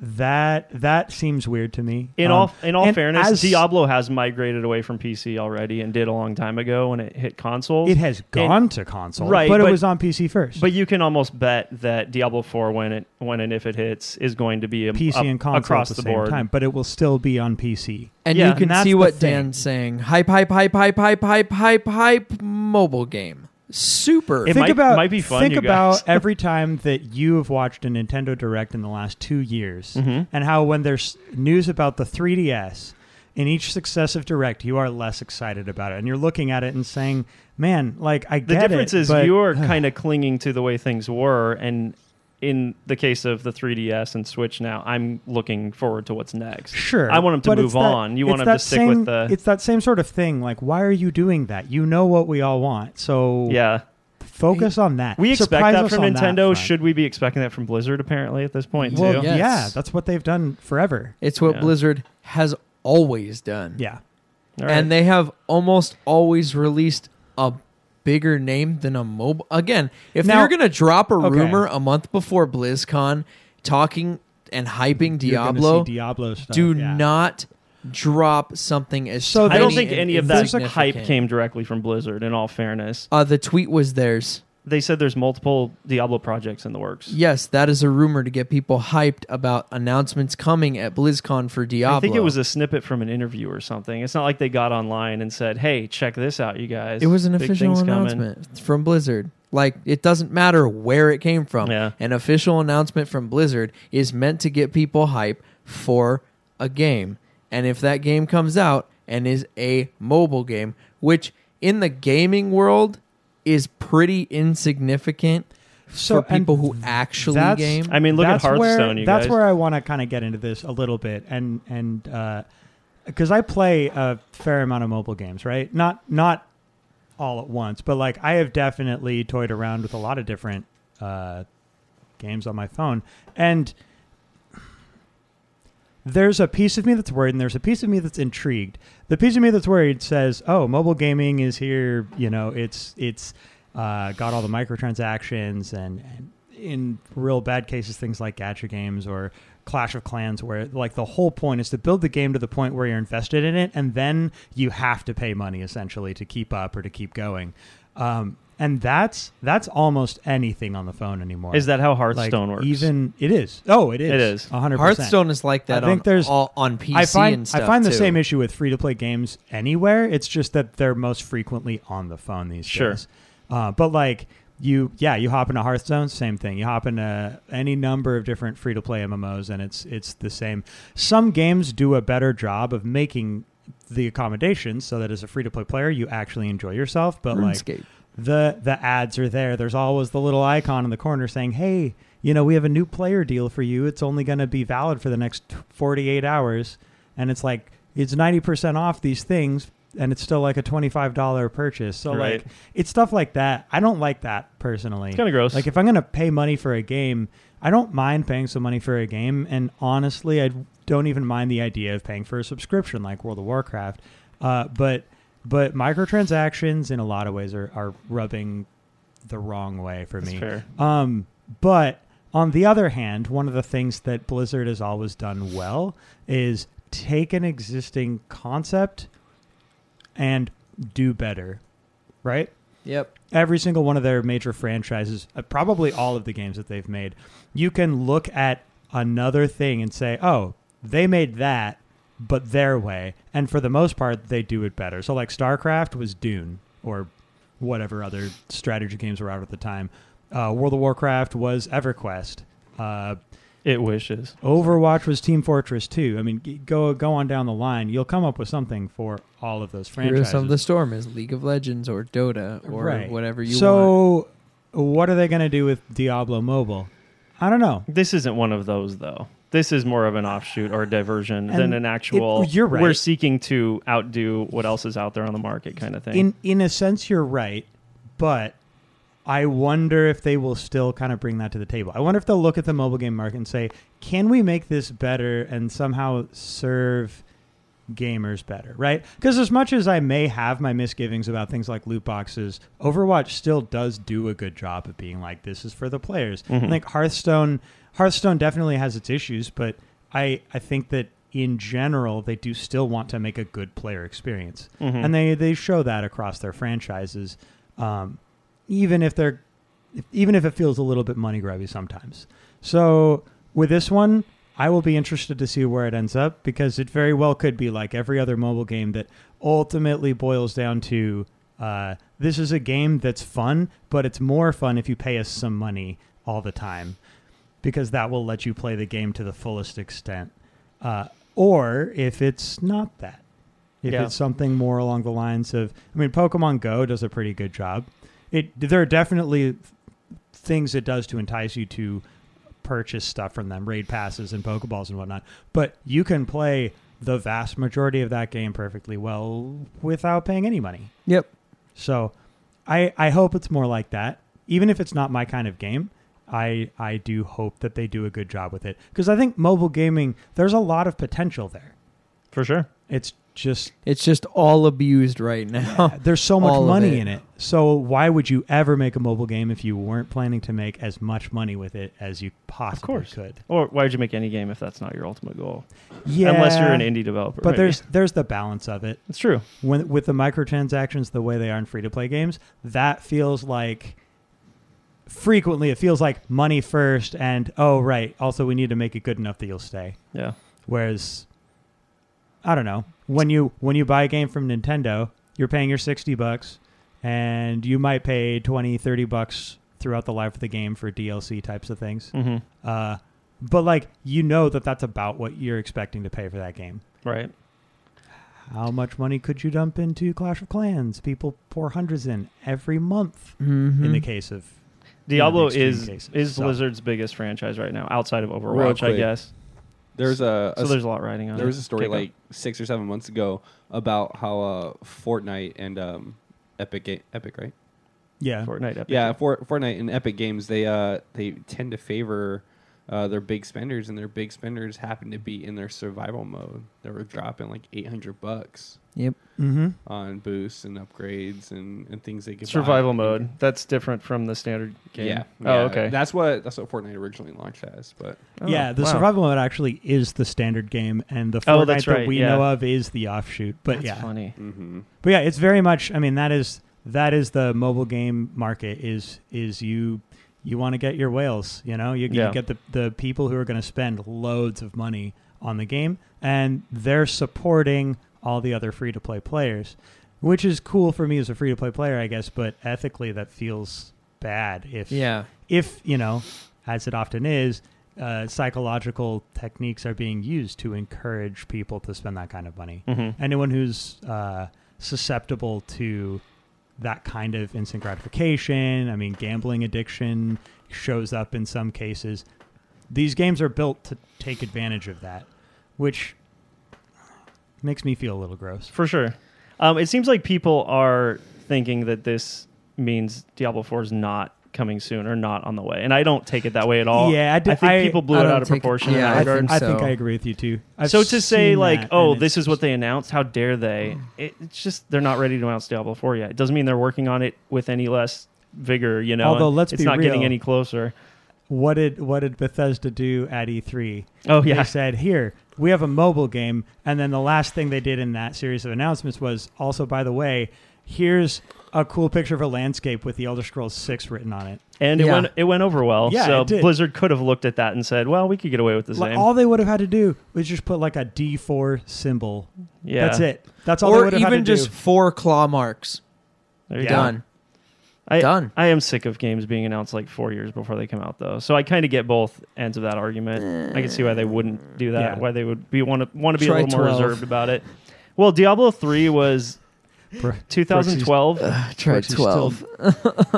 that that seems weird to me. In Um, all in all and fairness, as- Diablo has migrated away from PC already and did a long time ago when it hit consoles. it has gone to console, right, But, it but- was on PC first. But you can almost bet that Diablo Four, when it when and if it hits, is going to be a, PC a- and console across at the, the, same board. time, but it will still be on PC. And Yeah, you can and that's see the what thing. Dan's saying. Hype, hype, hype, hype, hype, hype, hype, hype. Mobile game. Super. It think might- about might be fun, think you about guys. every time that you have watched a Nintendo Direct in the last two years, Mm-hmm. and how when there's news about the 3DS. In each successive direct, you are less excited about it, and you're looking at it and saying, "Man, like I The get difference it." is but- you're kind of clinging to the way things were, and in the case of the 3DS and Switch now, I'm looking forward to what's next. Sure, I want them to but move it's that- on. You want it's them to that stick same, with the It's that same sort of thing. Like, why are you doing that? You know what we all want, so yeah. focus on that. We expect Surprise that us from on that Nintendo. front. Should we be expecting that from Blizzard? Apparently, at this point, well, too. Yes. yeah, that's what they've done forever. it's what Yeah. Blizzard has always done. Yeah, All right. and they have almost always released a bigger name than a mobile. Again, if Now- they're going to drop a okay. rumor a month before BlizzCon, talking and hyping You're gonna Diablo, see Diablo stuff. do yeah. not drop something as. So I don't tiny think and any of that insignificant. hype came directly from Blizzard. In all fairness, Uh, the tweet was theirs. they said there's multiple Diablo projects in the works. Yes, that is a rumor to get people hyped about announcements coming at BlizzCon for Diablo. I think it was a snippet from an interview or something. It's not like they got online and said, "Hey, check this out, you guys." It was an Big official things coming." announcement from Blizzard. Like it doesn't matter where it came from. Yeah. An official announcement from Blizzard is meant to get people hype for a game. And if that game comes out and is a mobile game, which in the gaming world is pretty insignificant So, for people and who actually that's- game. I mean, look that's at Hearthstone, Where, you that's guys. where I want to kind of get into this a little bit, and and because I play a fair amount of mobile games, right? Not not all at once, but like I have definitely toyed around with a lot of different uh, games on my phone, and there's a piece of me that's worried, and there's a piece of me that's intrigued. The piece of me that's worried says, "Oh, mobile gaming is here. You know, it's it's uh, got all the microtransactions and." and in real bad cases, things like gacha games or Clash of Clans, where like the whole point is to build the game to the point where you're invested in it, and then you have to pay money essentially to keep up or to keep going. Um, and that's that's almost anything on the phone anymore. Is that how like, Hearthstone works? Even it is. Oh, it is. It is. A hundred percent. Hearthstone is like that I think on there's- all, on PC I find and stuff. I find the too. same issue with free to play games anywhere. It's just that they're most frequently on the phone these Sure. days. Uh, but like you, yeah, you hop into Hearthstone, same thing. You hop into any number of different free to play MMOs, and it's it's the same. Some games do a better job of making the accommodations so that as a free to play player, you actually enjoy yourself. But like RuneScape. the the ads are there. There's always the little icon in the corner saying, "Hey, you know, we have a new player deal for you. It's only going to be valid for the next 48 hours." And it's like it's 90% off these things and it's still like a $25 purchase. So Right. like it's stuff like that. I don't like that personally. kinda gross. Like if I'm going to pay money for a game, I don't mind paying some money for a game and honestly, I don't even mind the idea of paying for a subscription like World of Warcraft. Uh, but but microtransactions in a lot of ways are, are rubbing the wrong way for That's me. fair. Um, but on the other hand, one of the things that Blizzard has always done well is take an existing concept and do better, right? Yep. every single one of their major franchises, uh, probably all of the games that they've made, you can look at another thing and say, oh, they made that, but their way. And for the most part, they do it better. So, like, StarCraft was Dune or whatever other strategy games were out at the time. Uh, World of Warcraft was EverQuest. Uh, it wishes. Overwatch was Team Fortress 2. I mean, g- go go on down the line. You'll come up with something for all of those franchises. Heroes of the Storm is League of Legends or Dota or Right. whatever you want. so, what are they going to do with Diablo Mobile? I don't know. This isn't one of those though. This is more of an offshoot or a diversion And than an actual. it- you're right. We're seeking to outdo what else is out there on the market, kind of thing. In in a sense, you're right, but I wonder if they will still kind of bring that to the table. I wonder if they'll look at the mobile game market and say, "Can we make this better and somehow serve gamers better, right? Because as much as I may have my misgivings about things like loot boxes, Overwatch still does do a good job of being like this is for the players. I think Hearthstone Hearthstone definitely has its issues, but I I think that in general they do still want to make a good player experience, and they they show that across their franchises, um, even if they're if- even if it feels a little bit money grubby sometimes. So with this one, I will be interested to see where it ends up because it very well could be like every other mobile game that ultimately boils down to uh, this is a game that's fun, but it's more fun if you pay us some money all the time because that will let you play the game to the fullest extent. Uh, or if it's not that, if Yeah. it's something more along the lines of, I mean, Pokemon Go does a pretty good job. It there are definitely things it does to entice you to purchase stuff from them, raid passes and Pokeballs and whatnot. But you can play the vast majority of that game perfectly well without paying any money. Yep. So I I hope it's more like that. Even if it's not my kind of game, I I do hope that they do a good job with it because I think mobile gaming there's a lot of potential there. for sure. It's just It's just all abused right now. there's so much Oh, All of money it. in it. So why would you ever make a mobile game if you weren't planning to make as much money with it as you possibly course. could? Or why would you make any game if that's not your ultimate goal? Yeah, Unless you're an indie developer. But maybe. there's there's the balance of it. it's true. when with the microtransactions the way they are in free to play games, that feels like frequently it feels like money first and oh right, also we need to make it good enough that you'll stay. Yeah. Whereas I don't know, when you when you buy a game from Nintendo, you're paying your 60 bucks and you might pay 20, 30 bucks throughout the life of the game for DLC types of things. hmm Uh but like you know that that's about what you're expecting to pay for that game. Right. How much money could you dump into Clash of Clans? People pour hundreds in every month Mhm. in the case of Mm-hmm. Diablo extreme is cases, is so. Blizzard's biggest franchise right now, outside of Real Overwatch, I quick. guess. There's a, a So there's a lot riding on. there it. was a story Kick off. like six or seven months ago about how uh, Fortnite and um, Epic Ga- Epic right yeah. Fortnite. Epic. yeah for, Fortnite and Epic Games they uh, they tend to favor uh, their big spenders and their big spenders happen to be in their survival mode. They were dropping like eight hundred bucks Yep. Mm-hmm. on boosts and upgrades and, and things they could buy. survival mode. That's different from the standard game. Yeah. Oh, yeah. okay. That's what that's what Fortnite originally launched as, but Oh, yeah, the wow. survival mode actually is the standard game, and the Fortnite Oh, that's that right, we yeah. know of is the offshoot. But That's yeah, funny. hmm but yeah, it's very much. I mean, that is that is the mobile game market. Is is you you want to get your whales? You know, you, you Yeah. get the the people who are going to spend loads of money on the game, and they're supporting all the other free to play players, which is cool for me as a free to play player, I guess. But ethically, that feels bad. If Yeah. if you know, as it often is. Uh, psychological techniques are being used to encourage people to spend that kind of money Mm-hmm. anyone who's uh, susceptible to that kind of instant gratification, I mean, gambling addiction shows up in some cases. These games are built to take advantage of that, which makes me feel a little gross. For sure. Um, it seems like people are thinking that this means Diablo 4 is not coming soon or not on the way. And I don't take it that way at all. Yeah, I did- think I- people blew I it don't out of take it- proportion yeah, in that I, regard. think, I so. think I agree with you too. I've so to say seen like, that, oh, and this it's Mm. is what they announced, how dare they? It, it's just they're not ready to announce Diablo 4 yet. It doesn't mean they're working on it with any less vigor, you know. Although, and let's it's be not getting real. any closer. What did what did Bethesda do at E3? Oh They yeah. said, "Here, we have a mobile game." And then the last thing they did in that series of announcements was also, by the way, here's a cool picture of a landscape with the Elder Scrolls 6 written on it. And it Yeah. went it went over well. Yeah, so it did. Blizzard could have looked at that and said, Well, we could get away with the Like, same. all they would have had to do was just put like a D4 symbol. yeah. That's it. That's all they Or would have had to even just do. four claw marks. There you go. Done. I, Done. I am sick of games being announced like four years before they come out, though. So I kind of get both ends of that argument. I can see why they wouldn't do that. Yeah. Why they would be want to want to be Try a little more 12. reserved about it. Well, Diablo three was Bro- 2012. Try Brooks is twelve.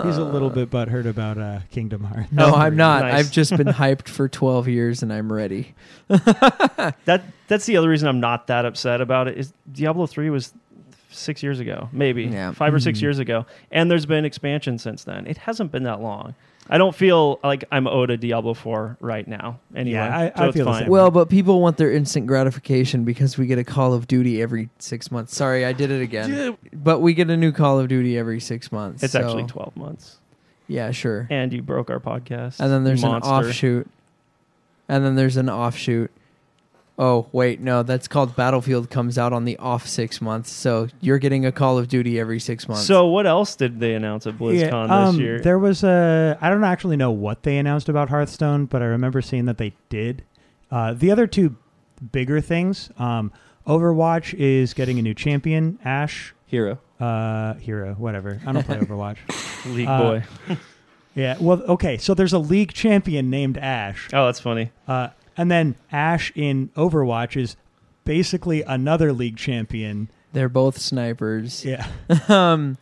He's a little bit butthurt about uh, Kingdom Hearts. No, Oh, I'm not. nice. I've just been hyped for twelve years, and I'm ready. that that's the other reason I'm not that upset about it. Is Diablo three was six years ago, maybe Yeah. five or Mm-hmm. six years ago, and there's been expansion since then. It hasn't been that long. I don't feel like I'm owed a Diablo Four right now. Anyway, Yeah, I- so I it's feel the fine. same. Well, but people want their instant gratification because we get a Call of Duty every six months. Sorry, I did it again. But we get a new Call of Duty every six months. It's so- actually 12 months. Yeah, sure. And you broke our podcast. And then there's you an monster. offshoot. And then there's an offshoot. Oh, wait, no, that's called Battlefield comes out on the off six months. So you're getting a Call of Duty every six months. So what else did they announce at BlizzCon Yeah, this um, year? There was a. I don't actually know what they announced about Hearthstone, but I remember seeing that they did. Uh, the other two bigger things um, Overwatch is getting a new champion, Ash, Hero. uh, hero, whatever. I don't play Overwatch. League uh, Boy. Yeah, well, okay, so there's a league champion named Ash. Oh, that's funny. Uh, and then Ash in Overwatch is basically another league champion. they're both snipers. Yeah. Um,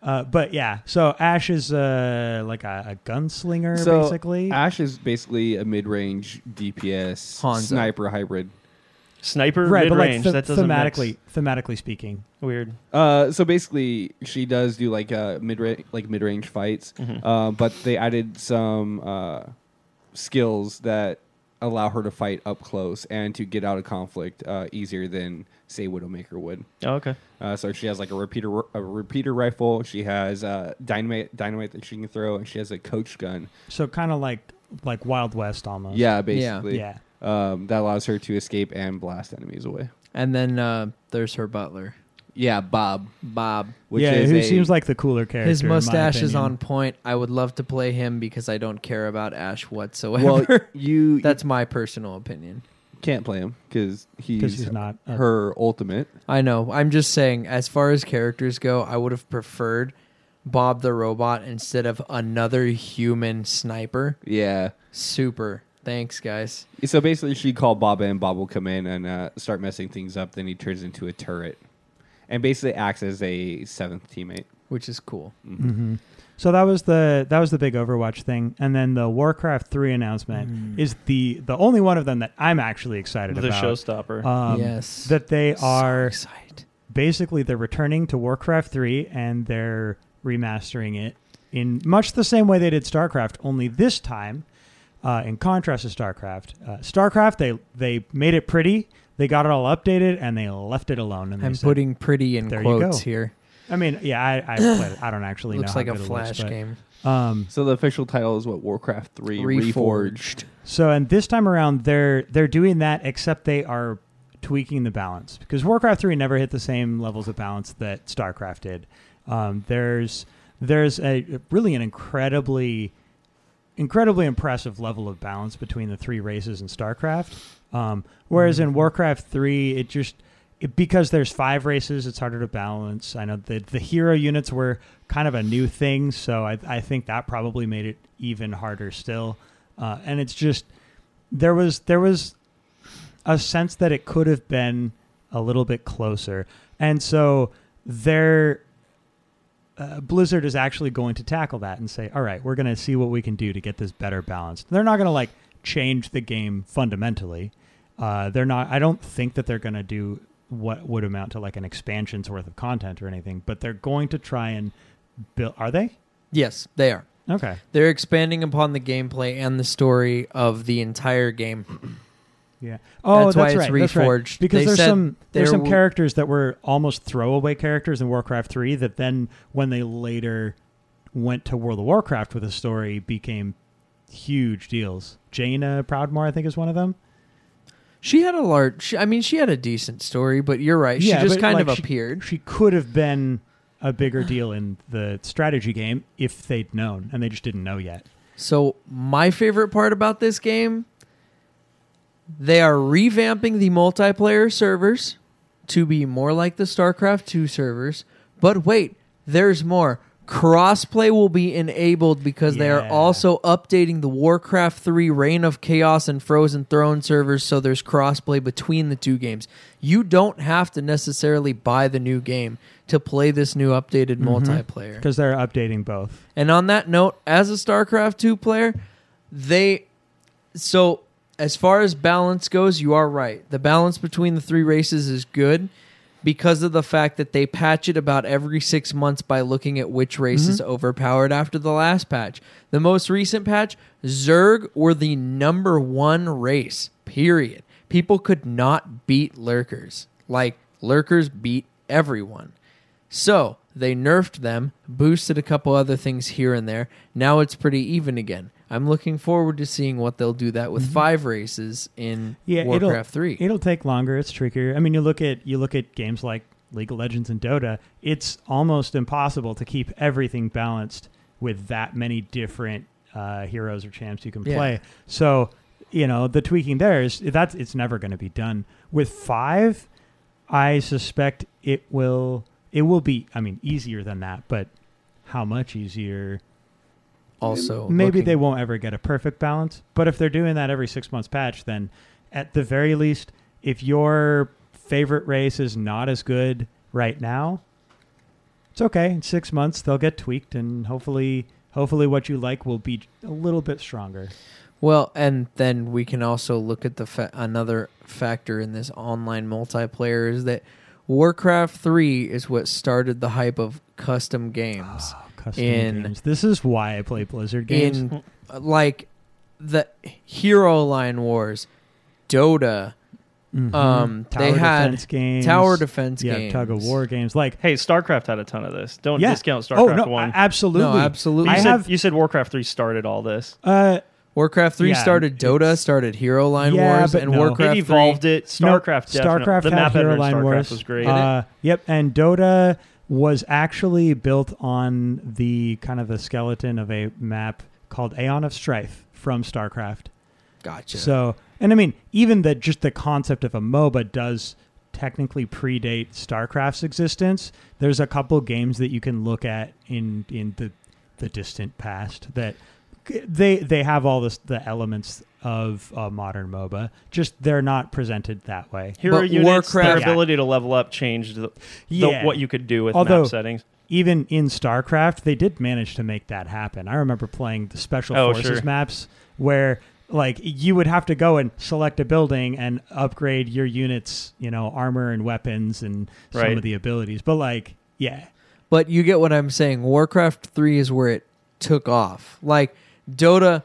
Uh, but yeah, so Ash is uh, like a, a gunslinger, So, basically. Ash is basically a mid-range DPS Hanzo. sniper hybrid. Sniper right, but like mid-range. the- that doesn't mix. thematically, thematically speaking. Weird. Uh, so basically, she does do like uh, mid like mid range fights, uh, but they added some uh, skills that allow her to fight up close and to get out of conflict uh, easier than say Widowmaker would. Oh, okay. Uh, so she has like a repeater a repeater rifle. She has uh, dynamite dynamite that she can throw, and she has a coach gun. So kind of like like Wild West almost. Yeah, basically. Yeah. Um, that allows her to escape and blast enemies away. and then uh, there's her butler, Yeah, Bob. Bob. Which yeah, is who a- seems like the cooler character. His in my mustache is opinion. on point. I would love to play him because I don't care about Ash whatsoever. well, you, you That's my personal opinion. can't play him because he's, 'Cause he's not a- her ultimate. I know. I'm just saying, as far as characters go, I would have preferred Bob the robot instead of another human sniper. Yeah. Super. Thanks, guys. So basically, she called Bob in. Bob will come in and uh, start messing things up. Then he turns into a turret, and basically acts as a seventh teammate. Which is cool. hmm So that was the that was the big Overwatch thing, and then the Warcraft three Mm. announcement is the the only one of them that I'm actually excited The about. showstopper. Um, yes. that they are So excited. basically they're returning to Warcraft 3 and they're remastering it in much the same way they did StarCraft, only this time, uh, in contrast to StarCraft, uh, StarCraft they they made it pretty, they got it all updated, and they left it alone. And they I'm said- putting pretty in There you quotes go. here. I mean, yeah, I I, played it. I don't actually know. Looks how like a good it flash looks, but, game. Um, So the official title is what Warcraft Three Reforged. Reforged. so and this time around they're they're doing that, except they are tweaking the balance because Warcraft 3 never hit the same levels of balance that StarCraft did. Um, there's there's a really an incredibly incredibly impressive level of balance between the three races in StarCraft. Um, whereas in Warcraft 3, it just it, because there's five races, it's harder to balance. I know the the hero units were kind of a new thing, so I, I think that probably made it even harder still. Uh, and it's just there was there was a sense that it could have been a little bit closer. And so there uh, Blizzard is actually going to tackle that and say, "All right, we're going to see what we can do to get this better balanced." They're not going to like change the game fundamentally. Uh, they're not. I don't think that they're going to do what would amount to like an expansion's worth of content or anything. But they're going to try and build. Are they? Yes, they are. Okay. They're expanding upon the gameplay and the story of the entire game. Yeah. Oh, That's that's, why it's right. that's right. reforged. Because They there's said some there there's some w- characters that were almost throwaway characters in Warcraft 3 that then when they later went to World of Warcraft with a story became huge deals. Jaina Proudmore I think is one of them. She had a large. She, I mean, she had a decent story, but you're right. She just but, kind like, of she- appeared. She could have been a bigger deal in the strategy game if they'd known and they just didn't know yet. So, my favorite part about this game, they are revamping the multiplayer servers to be more like the StarCraft 2 servers. But wait, there's more. Crossplay will be enabled because they are Yeah. also updating the Warcraft 3 Reign of Chaos and Frozen Throne servers so there's crossplay between the two games. You don't have to necessarily buy the new game to play this new updated multiplayer. Because they're updating both. And on that note, as a StarCraft 2 player, they so as far as balance goes, you are right. The balance between the three races is good. because of the fact that they patch it about every six months by looking at which race is overpowered after the last patch. The most recent patch, Zerg were the number one race, period. People could not beat Lurkers. Like, Lurkers beat everyone. So they nerfed them, boosted a couple other things here and there. Now it's pretty even again. I'm looking forward to seeing what they'll do that with five races in Mm-hmm. yeah, Warcraft it'll, Three. It'll take longer. It's trickier. I mean, you look at you look at games like League of Legends and Dota. It's almost impossible to keep everything balanced with that many different uh, heroes or champs you can Yeah. play. So, you know, the tweaking there is that's it's never going to be done with five. I suspect it will it will be. I mean, easier than that, but how much easier? also, maybe looking- they won't ever get a perfect balance but if they're doing that every six months patch then at the very least if your favorite race is not as good right now it's okay in six months they'll get tweaked and hopefully hopefully what you like will be a little bit stronger Well, and then we can also look at the fa- another factor in this online multiplayer is that Warcraft 3 is what started the hype of custom games. custom Ah, In- games this is why i play blizzard Ah, games in like the Hero Line Wars, Dota, Mhm. um, tower they had defense games tower defense yeah games. tug of war games like Hey, StarCraft had a ton of this. Don't yeah. discount StarCraft oh no one. a- absolutely No, absolutely. you, i said, have you said Warcraft three started all this. uh Warcraft 3 Yeah, started Dota, it's- started Hero Line Yeah, Wars, but and no. Warcraft It evolved 3. it. Nope, StarCraft. StarCraft definitely. The had map editor Hero in Line StarCraft Wars. was great. Uh, yep, and Dota was actually built on the kind of the skeleton of a map called Aeon of Strife from StarCraft. Gotcha. So, and I mean, even the just the concept of a MOBA does technically predate StarCraft's existence. There's a couple games that you can look at in in the the distant past that they they have all this the elements of a modern MOBA. Just they're not presented that way. Hero But units, Warcraft- their ability to level up changed the, the- Yeah. what you could do with Although- map settings. even in StarCraft, they did manage to make that happen. I remember playing the special Oh, forces sure. maps where like you would have to go and select a building and upgrade your units, you know, armor and weapons and some Right. of the abilities. But like, yeah. But you get what I'm saying. Warcraft 3 is where it took off. Like Dota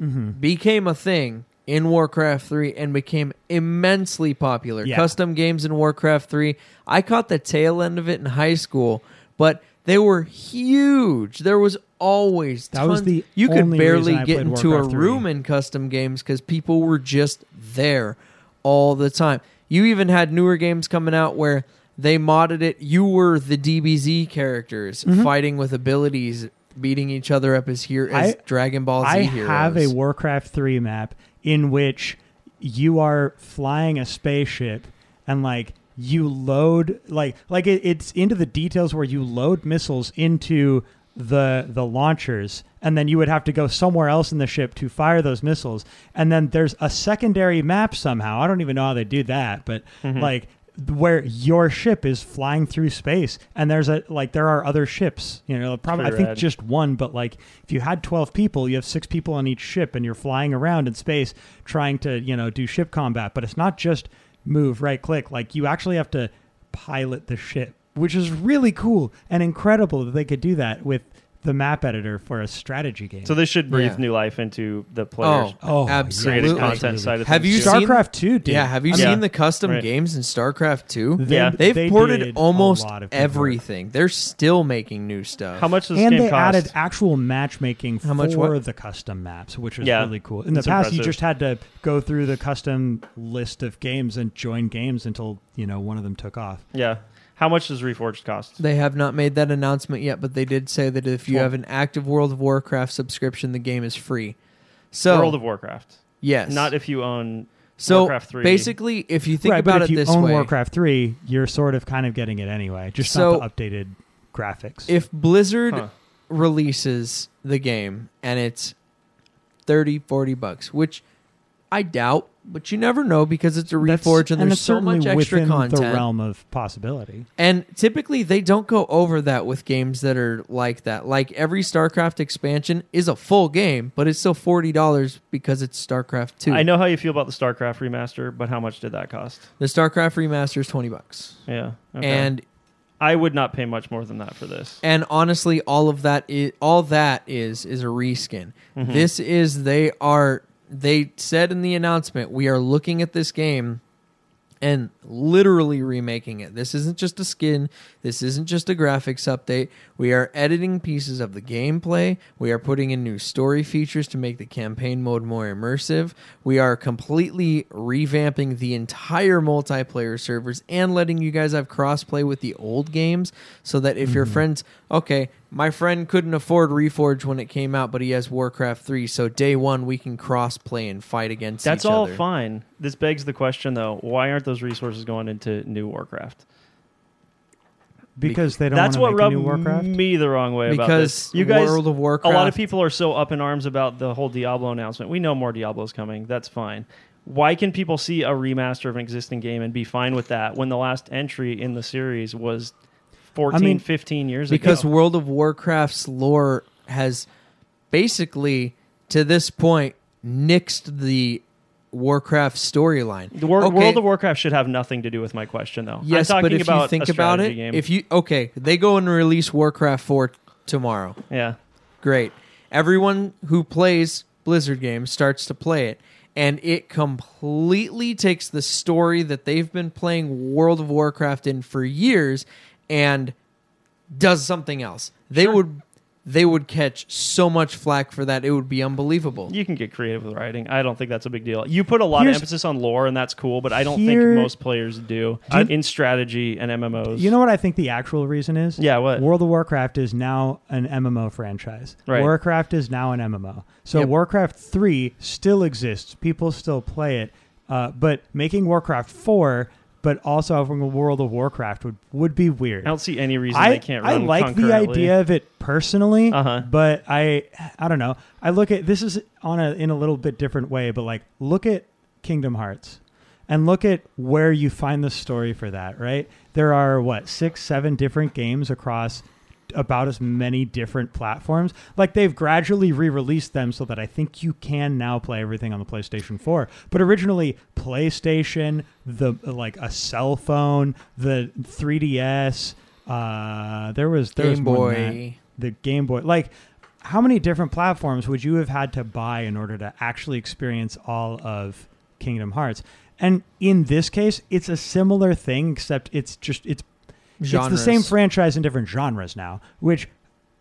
Mm-hmm. became a thing in Warcraft 3 and became immensely popular. Yeah. Custom games in Warcraft 3. I caught the tail end of it in high school, but they were huge. There was always That was tons- the you could only barely reason I get played into Warcraft a 3. room in custom games because people were just there all the time. You even had newer games coming out where they modded it. You were the DBZ characters Mm-hmm. fighting with abilities, beating each other up as here as I- Dragon Ball Z I heroes. have a Warcraft 3 map in which you are flying a spaceship and like you load like like it, it's into the details where you load missiles into the the launchers and then you would have to go somewhere else in the ship to fire those missiles and then there's a secondary map somehow I don't even know how they do that but Mm-hmm. like where your ship is flying through space and there's a like there are other ships you know probably I Pretty think rad. just one, but like if you had 12 people, you have six people on each ship and you're flying around in space trying to, you know, do ship combat. But it's not just move, right click. Like you actually have to pilot the ship, which is really cool and incredible that they could do that with the map editor for a strategy game. So this should breathe Yeah. new life into the oh, players. Oh, Created absolutely. content side of Have things you too. seen- StarCraft 2 did. Yeah, have you I seen mean- the custom Right. games in StarCraft 2? Yeah. They've they did ported a almost lot of good work. everything. They're still making new stuff. How much does this and game they cost? added actual matchmaking How for much what? the custom maps, which was Yeah. really cool. In the It's past, you impressive. just had to go through the custom list of games and join games until you know one of them took off. yeah. How much does Reforged cost? They have not made that announcement yet, but they did say that if you Cool. have an active World of Warcraft subscription, the game is free. So World of Warcraft. yes, Not if you own so Warcraft 3. basically, if you think right, about but if it you this own way, Warcraft three, you're sort of kind of getting it anyway, just So- not the updated graphics. if Blizzard Huh. releases the game and it's 30, 40 bucks, which I doubt But you never know because it's a That's- reforge and, and there's it's so much certainly extra within content. the realm of possibility. And typically they don't go over that with games that are like that. Like every StarCraft expansion is a full game, but it's still forty dollars because it's StarCraft two. I know how you feel about the StarCraft remaster, but how much did that cost? the StarCraft remaster is twenty bucks. Yeah. okay. And I would not pay much more than that for this. and honestly all of that is all that is is a reskin Mm-hmm. this is they are they said in the announcement we are looking at this game and literally remaking it this isn't just a skin this isn't just a graphics update we are editing pieces of the gameplay we are putting in new story features to make the campaign mode more immersive we are completely revamping the entire multiplayer servers and letting you guys have crossplay with the old games so that if Mm-hmm. your friends okay my friend couldn't afford reforge when it came out but he has warcraft 3 so day one we can crossplay and fight against That's each all other. fine. This begs the question, though: Why aren't those resources going into new Warcraft? Because they don't That's want what to make a rubbed new Warcraft. me the wrong way about because this. You guys, World of a Warcraft. lot of people are so up in arms about the whole Diablo announcement. We know more Diablo's coming. That's fine. Why can people see a remaster of an existing game and be fine with that when the last entry in the series was 14, I mean, 15 years because ago? World of Warcraft's lore has basically to this point nixed the Warcraft storyline. The War- Okay, World of Warcraft should have nothing to do with my question, though. Yes, I'm but talking if about you think a about strategy it, game. if you okay, they go and release Warcraft 4 tomorrow. yeah, Great. Everyone who plays Blizzard games starts to play it, and it completely takes the story that they've been playing World of Warcraft in for years and does something else. They would they would catch so much flack for that. It would be unbelievable. you can get creative with writing. I don't think that's a big deal. You put a lot Here's- of emphasis on lore, and that's cool, but I don't Here- think most players do, uh, Do you- in strategy and MMOs. You know what I think the actual reason is? Yeah, what? World of Warcraft is now an MMO franchise. Right. Warcraft is now an MMO. So Yep. Warcraft 3 still exists. People still play it. Uh, but making Warcraft 4, but also having a World of Warcraft would, would be weird. I don't see any reason I, they can't I run like the concurrently. idea of it personally, Uh-huh. but I I don't know. I look at this is on a in a little bit different way, but like look at Kingdom Hearts and look at where you find the story for that, right? There are what, 6 7 different games across about as many different platforms. Like they've gradually re-released them so that I think you can now play everything on the PlayStation 4. But originally PlayStation, the like a cell phone, the 3DS, uh there was there was Game more than Boy. that. the Game Boy. Like how many different platforms would you have had to buy in order to actually experience all of Kingdom Hearts? And in this case, it's a similar thing except it's just it's it's Genres. the same franchise in different genres now, which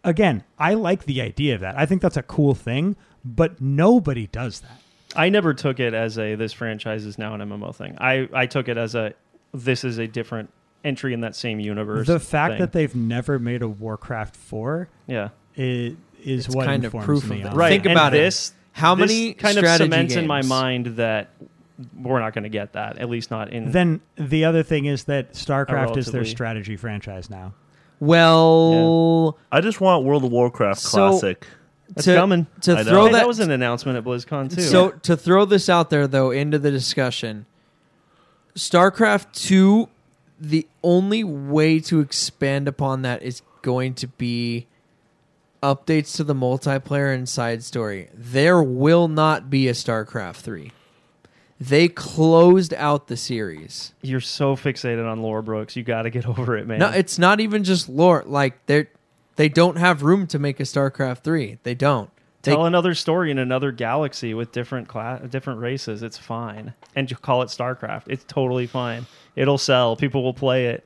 again, I like the idea of that. I think that's a cool thing, but nobody does that. I never took it as a this franchise is now an MMO thing. I, I took it as a this is a different entry in that same universe. The fact thing. that they've never made a Warcraft 4 yeah i- is It's what kind of informs proof of me on that. it. right Think and about it. this, How this many kind of strategy cements in my games? mind that we're not going to get that at least not Hmm. in Then the other thing is that StarCraft is their relatively- strategy franchise now. Well, I just want World of Warcraft So- Classic. That's to, coming. to I know. throw Hey, that, that was an announcement at BlizzCon too. So to throw this out there though into the discussion, StarCraft 2 the only way to expand upon that is going to be updates to the multiplayer and side story. There will not be a StarCraft 3. They closed out the series. you're so fixated on Laura Brooks, you got to get over it, man. No, it's not even just lore. Like they they don't have room to make a StarCraft 3. They don't. They Tell another story in another galaxy with different cla- different races. It's fine, and you call it StarCraft. It's totally fine. It'll sell. People will play it.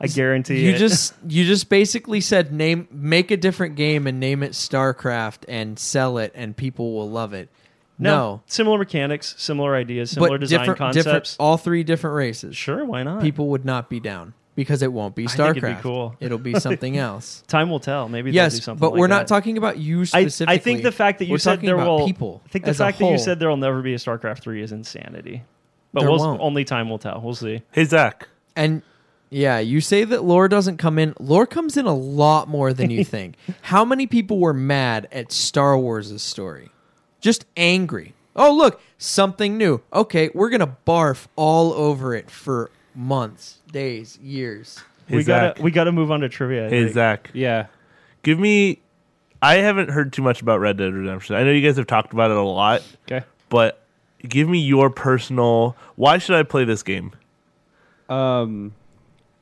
I guarantee you it. just you just basically said name make a different game and name it starcraft and sell it and people will love it No. no, Similar mechanics, similar ideas, but similar design different different concepts. all three different races sure, why not? people would not be down because it won't be starcraft think it'd be cool. it'll be something else Time will tell. Maybe they'll do yes something. but like we're that. not talking about you I, specifically I think the fact that you We're said talking there about will people I think the as a fact that you whole. said there will never be a StarCraft three is insanity. But There we'll, won't. only time will tell. We'll see. Hey Zach, And yeah, you say that lore doesn't come in. Lore comes in a lot more than you think. How many people were mad at Star Wars' story? Just angry. Oh, look, something new. Okay, we're gonna barf all over it for months, days, years. Hey, we Zach. gotta we gotta move on to trivia. I Hey think. Zach, Yeah. give me. I haven't heard too much about Red Dead Redemption. I know you guys have talked about it a lot, Okay. but give me your personal. Why should I play this game? Um.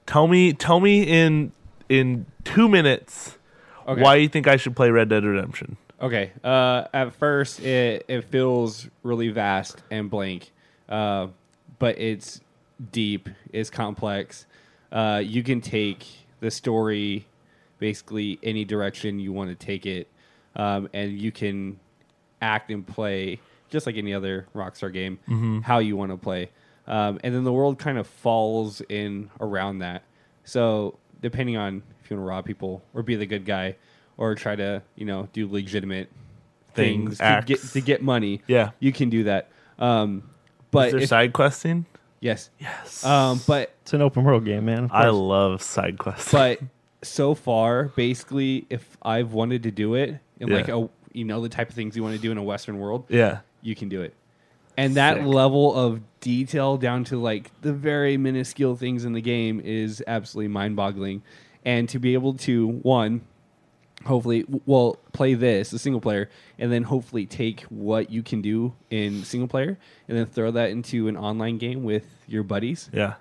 Tell me. Tell me in in two minutes Okay. why you think I should play Red Dead Redemption. Okay. Uh, at first, it it feels really vast and blank, uh, but it's deep. It's complex. Uh, you can take the story basically any direction you want to take it, um, and you can act and play just like any other Rockstar game Mm-hmm. how you want to play. Um, and then the world kind of falls in around that. So depending on if you want to rob people or be the good guy or try to you know do legitimate Things, things, to acts. get to get money, Yeah. you can do that. Um, but Is there if- side questing? yes, yes. Um, but It's an open world game, man. Of I course. love side quests. but so far, basically, if I've wanted to do it in Yeah. like a you know the type of things you want to do in a Western world, yeah, you can do it. And that Sick. level of detail down to like the very minuscule things in the game is absolutely mind boggling. And to be able to, one, hopefully, w- well, play this, the single player, and then hopefully take what you can do in single player and then throw that into an online game with your buddies yeah,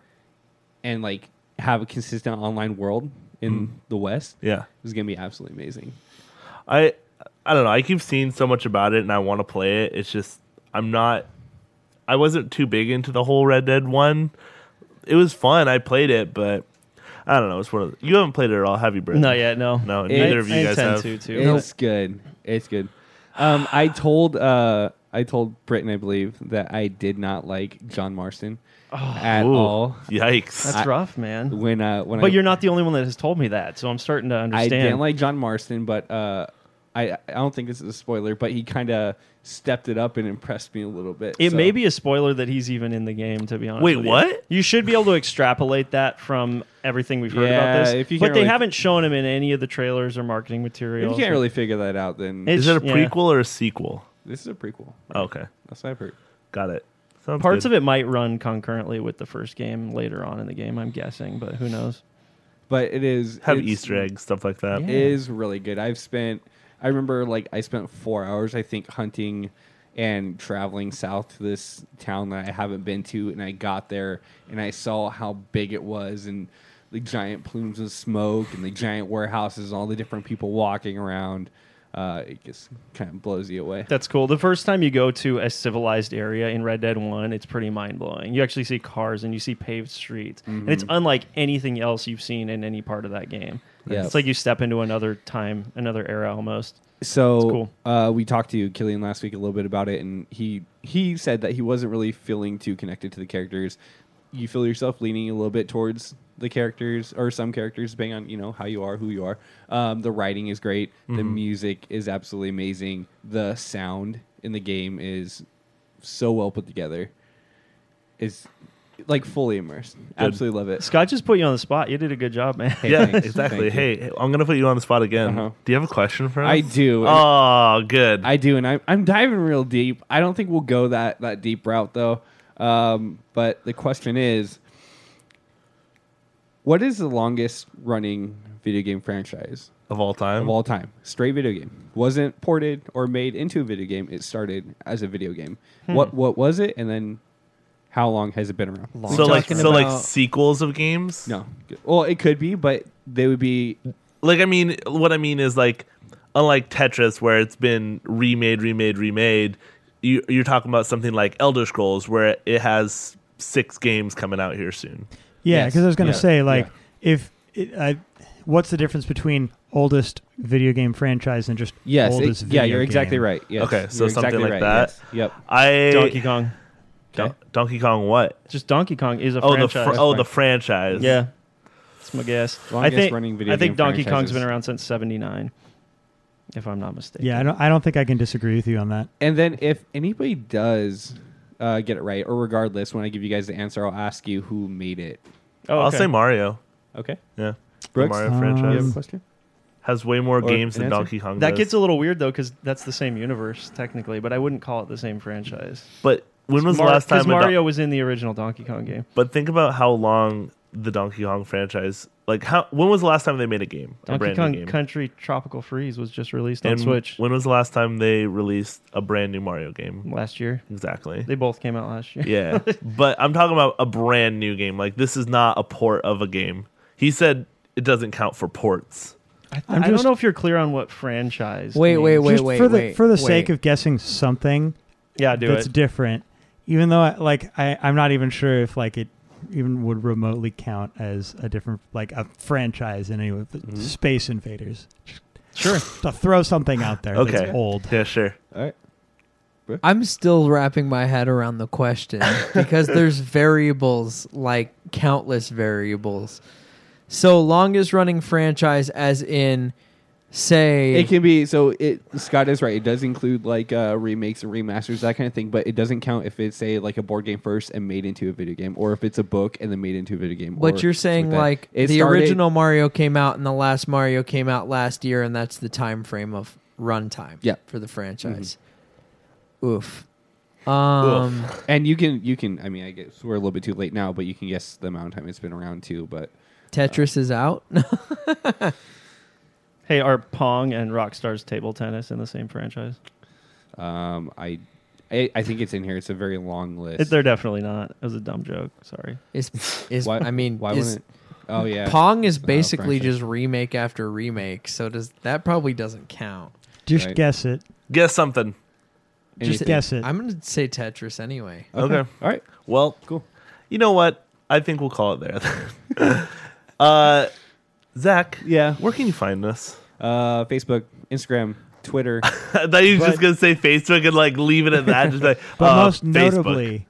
and like have a consistent online world in the West Mm-hmm. yeah. is going to be absolutely amazing. I I don't know. I keep seeing so much about it, and I want to play it. It's just I'm not. I wasn't too big into the whole Red Dead one. It was fun. I played it, but I don't know. It's one of the, you haven't played it at all, have you, Brandon? Not yet. No. No, I- neither of you I guys intend have. To, too, but- It's good. It's good. Um, I told uh, I told Britton, I believe, that I did not like John Marston Oh, at Ooh, all Yikes! That's I- rough, man. when uh, when I, But you're not the only one that has told me that, so I'm starting to I understand. didn't like John Marston, but uh, I I don't think this is a spoiler, but he kind of stepped it up and impressed me a little bit. It so- may be a spoiler that he's even in the game. To be honest, Wait, with you. what? You. should be able to extrapolate that from everything we've heard Yeah, about this. if you but can't they really- haven't shown him in any of the trailers or marketing If materials. you can't really figure that out, then It's- Is it a yeah. prequel or a sequel? Oh, this is a prequel. Okay, That's what I've heard. got it. Sounds Parts of it might run concurrently with the first game later on in the game. I'm guessing, but who knows? But it is have it's- Easter eggs, stuff like that. Yeah. is really good. I've spent I remember like I spent four hours I think hunting and traveling south to this town that I haven't been to and I got there and I saw how big it was and the giant plumes of smoke and the giant warehouses and all the different people walking around. Uh, it just kind of blows you away. That's cool. The first time you go to a civilized area in Red Dead 1, it's pretty mind blowing. You actually see cars and you see paved streets. And Mm-hmm. it's unlike anything else you've seen in any part of that game. Yeah. It's like you step into another time, another era almost. So cool. uh, we talked to Killian last week a little bit about it, and he he said that he wasn't really feeling too connected to the characters. You feel yourself leaning a little bit towards the characters or some characters, depending on you know how you are, who you are. Um, the writing is great. The music is absolutely amazing. The sound in the game is so well put together. Is like fully immersed. Absolutely love it. Scott just put you on the spot. You did a good job, man. Hey, Yeah, thanks. exactly. Thank you. Hey, I'm gonna put you on the spot again. Uh-huh. Do you have a question for us? I do. and Oh, good. I do, and I'm I'm diving real deep. I don't think we'll go that that deep route though. Um, but the question is, what is the longest running video game franchise of all time. of all time? Straight video game wasn't ported or made into a video game. It started as a video game. What what was it, and then how long has it been around? Long. so We're like, talking so like about- sequels of games. No, well, it could be, but they would be like I mean, what I mean is like, unlike Tetris, where it's been remade, remade, remade. You, you're talking about something like Elder Scrolls, where it has six games coming out here soon. Yeah, Yes. because I was going to Yeah. say, like, if it, I, what's the difference between oldest video game franchise and just yes, it- oldest video yeah. You're exactly game? right. Yes, Okay, so you're something like that. yes. Yep. I Donkey Kong. Don- Donkey Kong what? Just Donkey Kong is a Oh franchise. the fr- oh the franchise. yeah. That's my guess. I Longest think, running video I think game Donkey Kong's franchises. been around since 79, if I'm not mistaken. Yeah, I don't. I don't think I can disagree with you on that. And then if anybody does uh, get it right, or regardless, when I give you guys the answer, I'll ask you who made it. Oh, I'll okay. say Mario. Okay. Yeah, The Brooks, Mario Um, you have a franchise. question? has way more Or games than an answer? Donkey Kong. That does. gets a little weird though, because that's the same universe technically, but I wouldn't call it the same franchise. But when was the Mar- last 'cause time? a Don- Mario was in the original Donkey Kong game? but think about how long the Donkey Kong franchise. Like how? When was the last time they made a game? a Donkey brand new Kong game? Country Tropical Freeze was just released on And Switch When was the last time they released a brand new Mario game? last year. Exactly. They both came out last year. Yeah, but I'm talking about a brand new game. Like this is not a port of a game. He said it doesn't count for ports. I'm I don't just- know if you're clear on what franchise. Wait, means. wait, wait, Just wait, for the wait, for the wait. sake of guessing something Yeah, do that's it. different, even though I, like I, I'm not even sure if like it even would remotely count as a different like a franchise in any way. But Mm-hmm. Space Invaders. Sure, to throw something out there Okay. that's old. Yeah, sure. All right. I'm still wrapping my head around the question because there's variables like countless variables. So longest running franchise, as in, say, It can be so. It Scott is right. It does include like uh, remakes and remasters, that kind of thing. But it doesn't count if it's say like a board game first and made into a video game, or if it's a book and then made into a video game. or but you're something saying that. like It the started- original Mario came out and the last Mario came out last year, and that's the time frame of runtime. Yeah. Mm-hmm. for the franchise. Oof. Um, and you can you can. I mean, I guess we're a little bit too late now, but you can guess the amount of time it's been around too. But Tetris is out. Hey, are Pong and Rockstar's table tennis in the same franchise? um, I, I I think it's in here. It's a very long list. They're definitely not. It was a dumb joke. Sorry. is is Why- I mean, why is- wouldn't? Oh yeah, Pong is No, basically franchise. just remake after remake, so does that probably doesn't count. Just Right. guess it. Guess something. Just Anything. guess it. I'm gonna say Tetris anyway. Okay. All right. Well, Cool. You know what? I think we'll call it there. uh, Zach. Yeah. Where can you find us? Uh, Facebook, Instagram, Twitter. I thought you were just But- gonna say Facebook and like leave it at that. Just like, but uh, most Facebook, notably,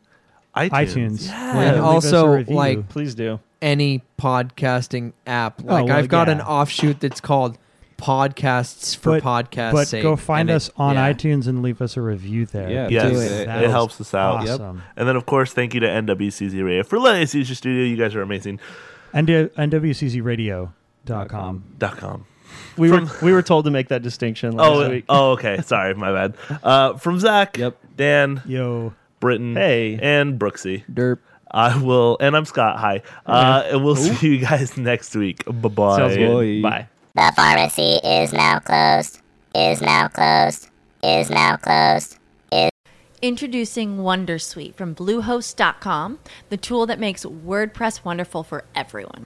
iTunes. iTunes. Yeah. Where And you leave also, us a review. like, Please do. Any podcasting app, like Oh, well, I've got an yeah. offshoot that's called Podcasts for But- Podcasts. but go find us on yeah. iTunes and leave us a review there. Yeah. Yes, Do it. it. That was helps us out. Awesome. And then, of course, thank you to NWCZ Radio for letting us use your studio. You guys are amazing. And nwczradio.com. Dot com. We were we were told to make that distinction last Oh, week. oh, okay. Sorry, my bad. Uh, from Zach, Yep. Dan, Yo, Britton, Hey. and Brooksy. Derp. I will, and I'm Scott. Hi. Uh, and we'll see you guys next week. Bye bye. Sounds Boy. good. Bye. The pharmacy is now closed. Is now closed. Is now closed. Introducing Wondersuite from Bluehost.com, the tool that makes WordPress wonderful for everyone.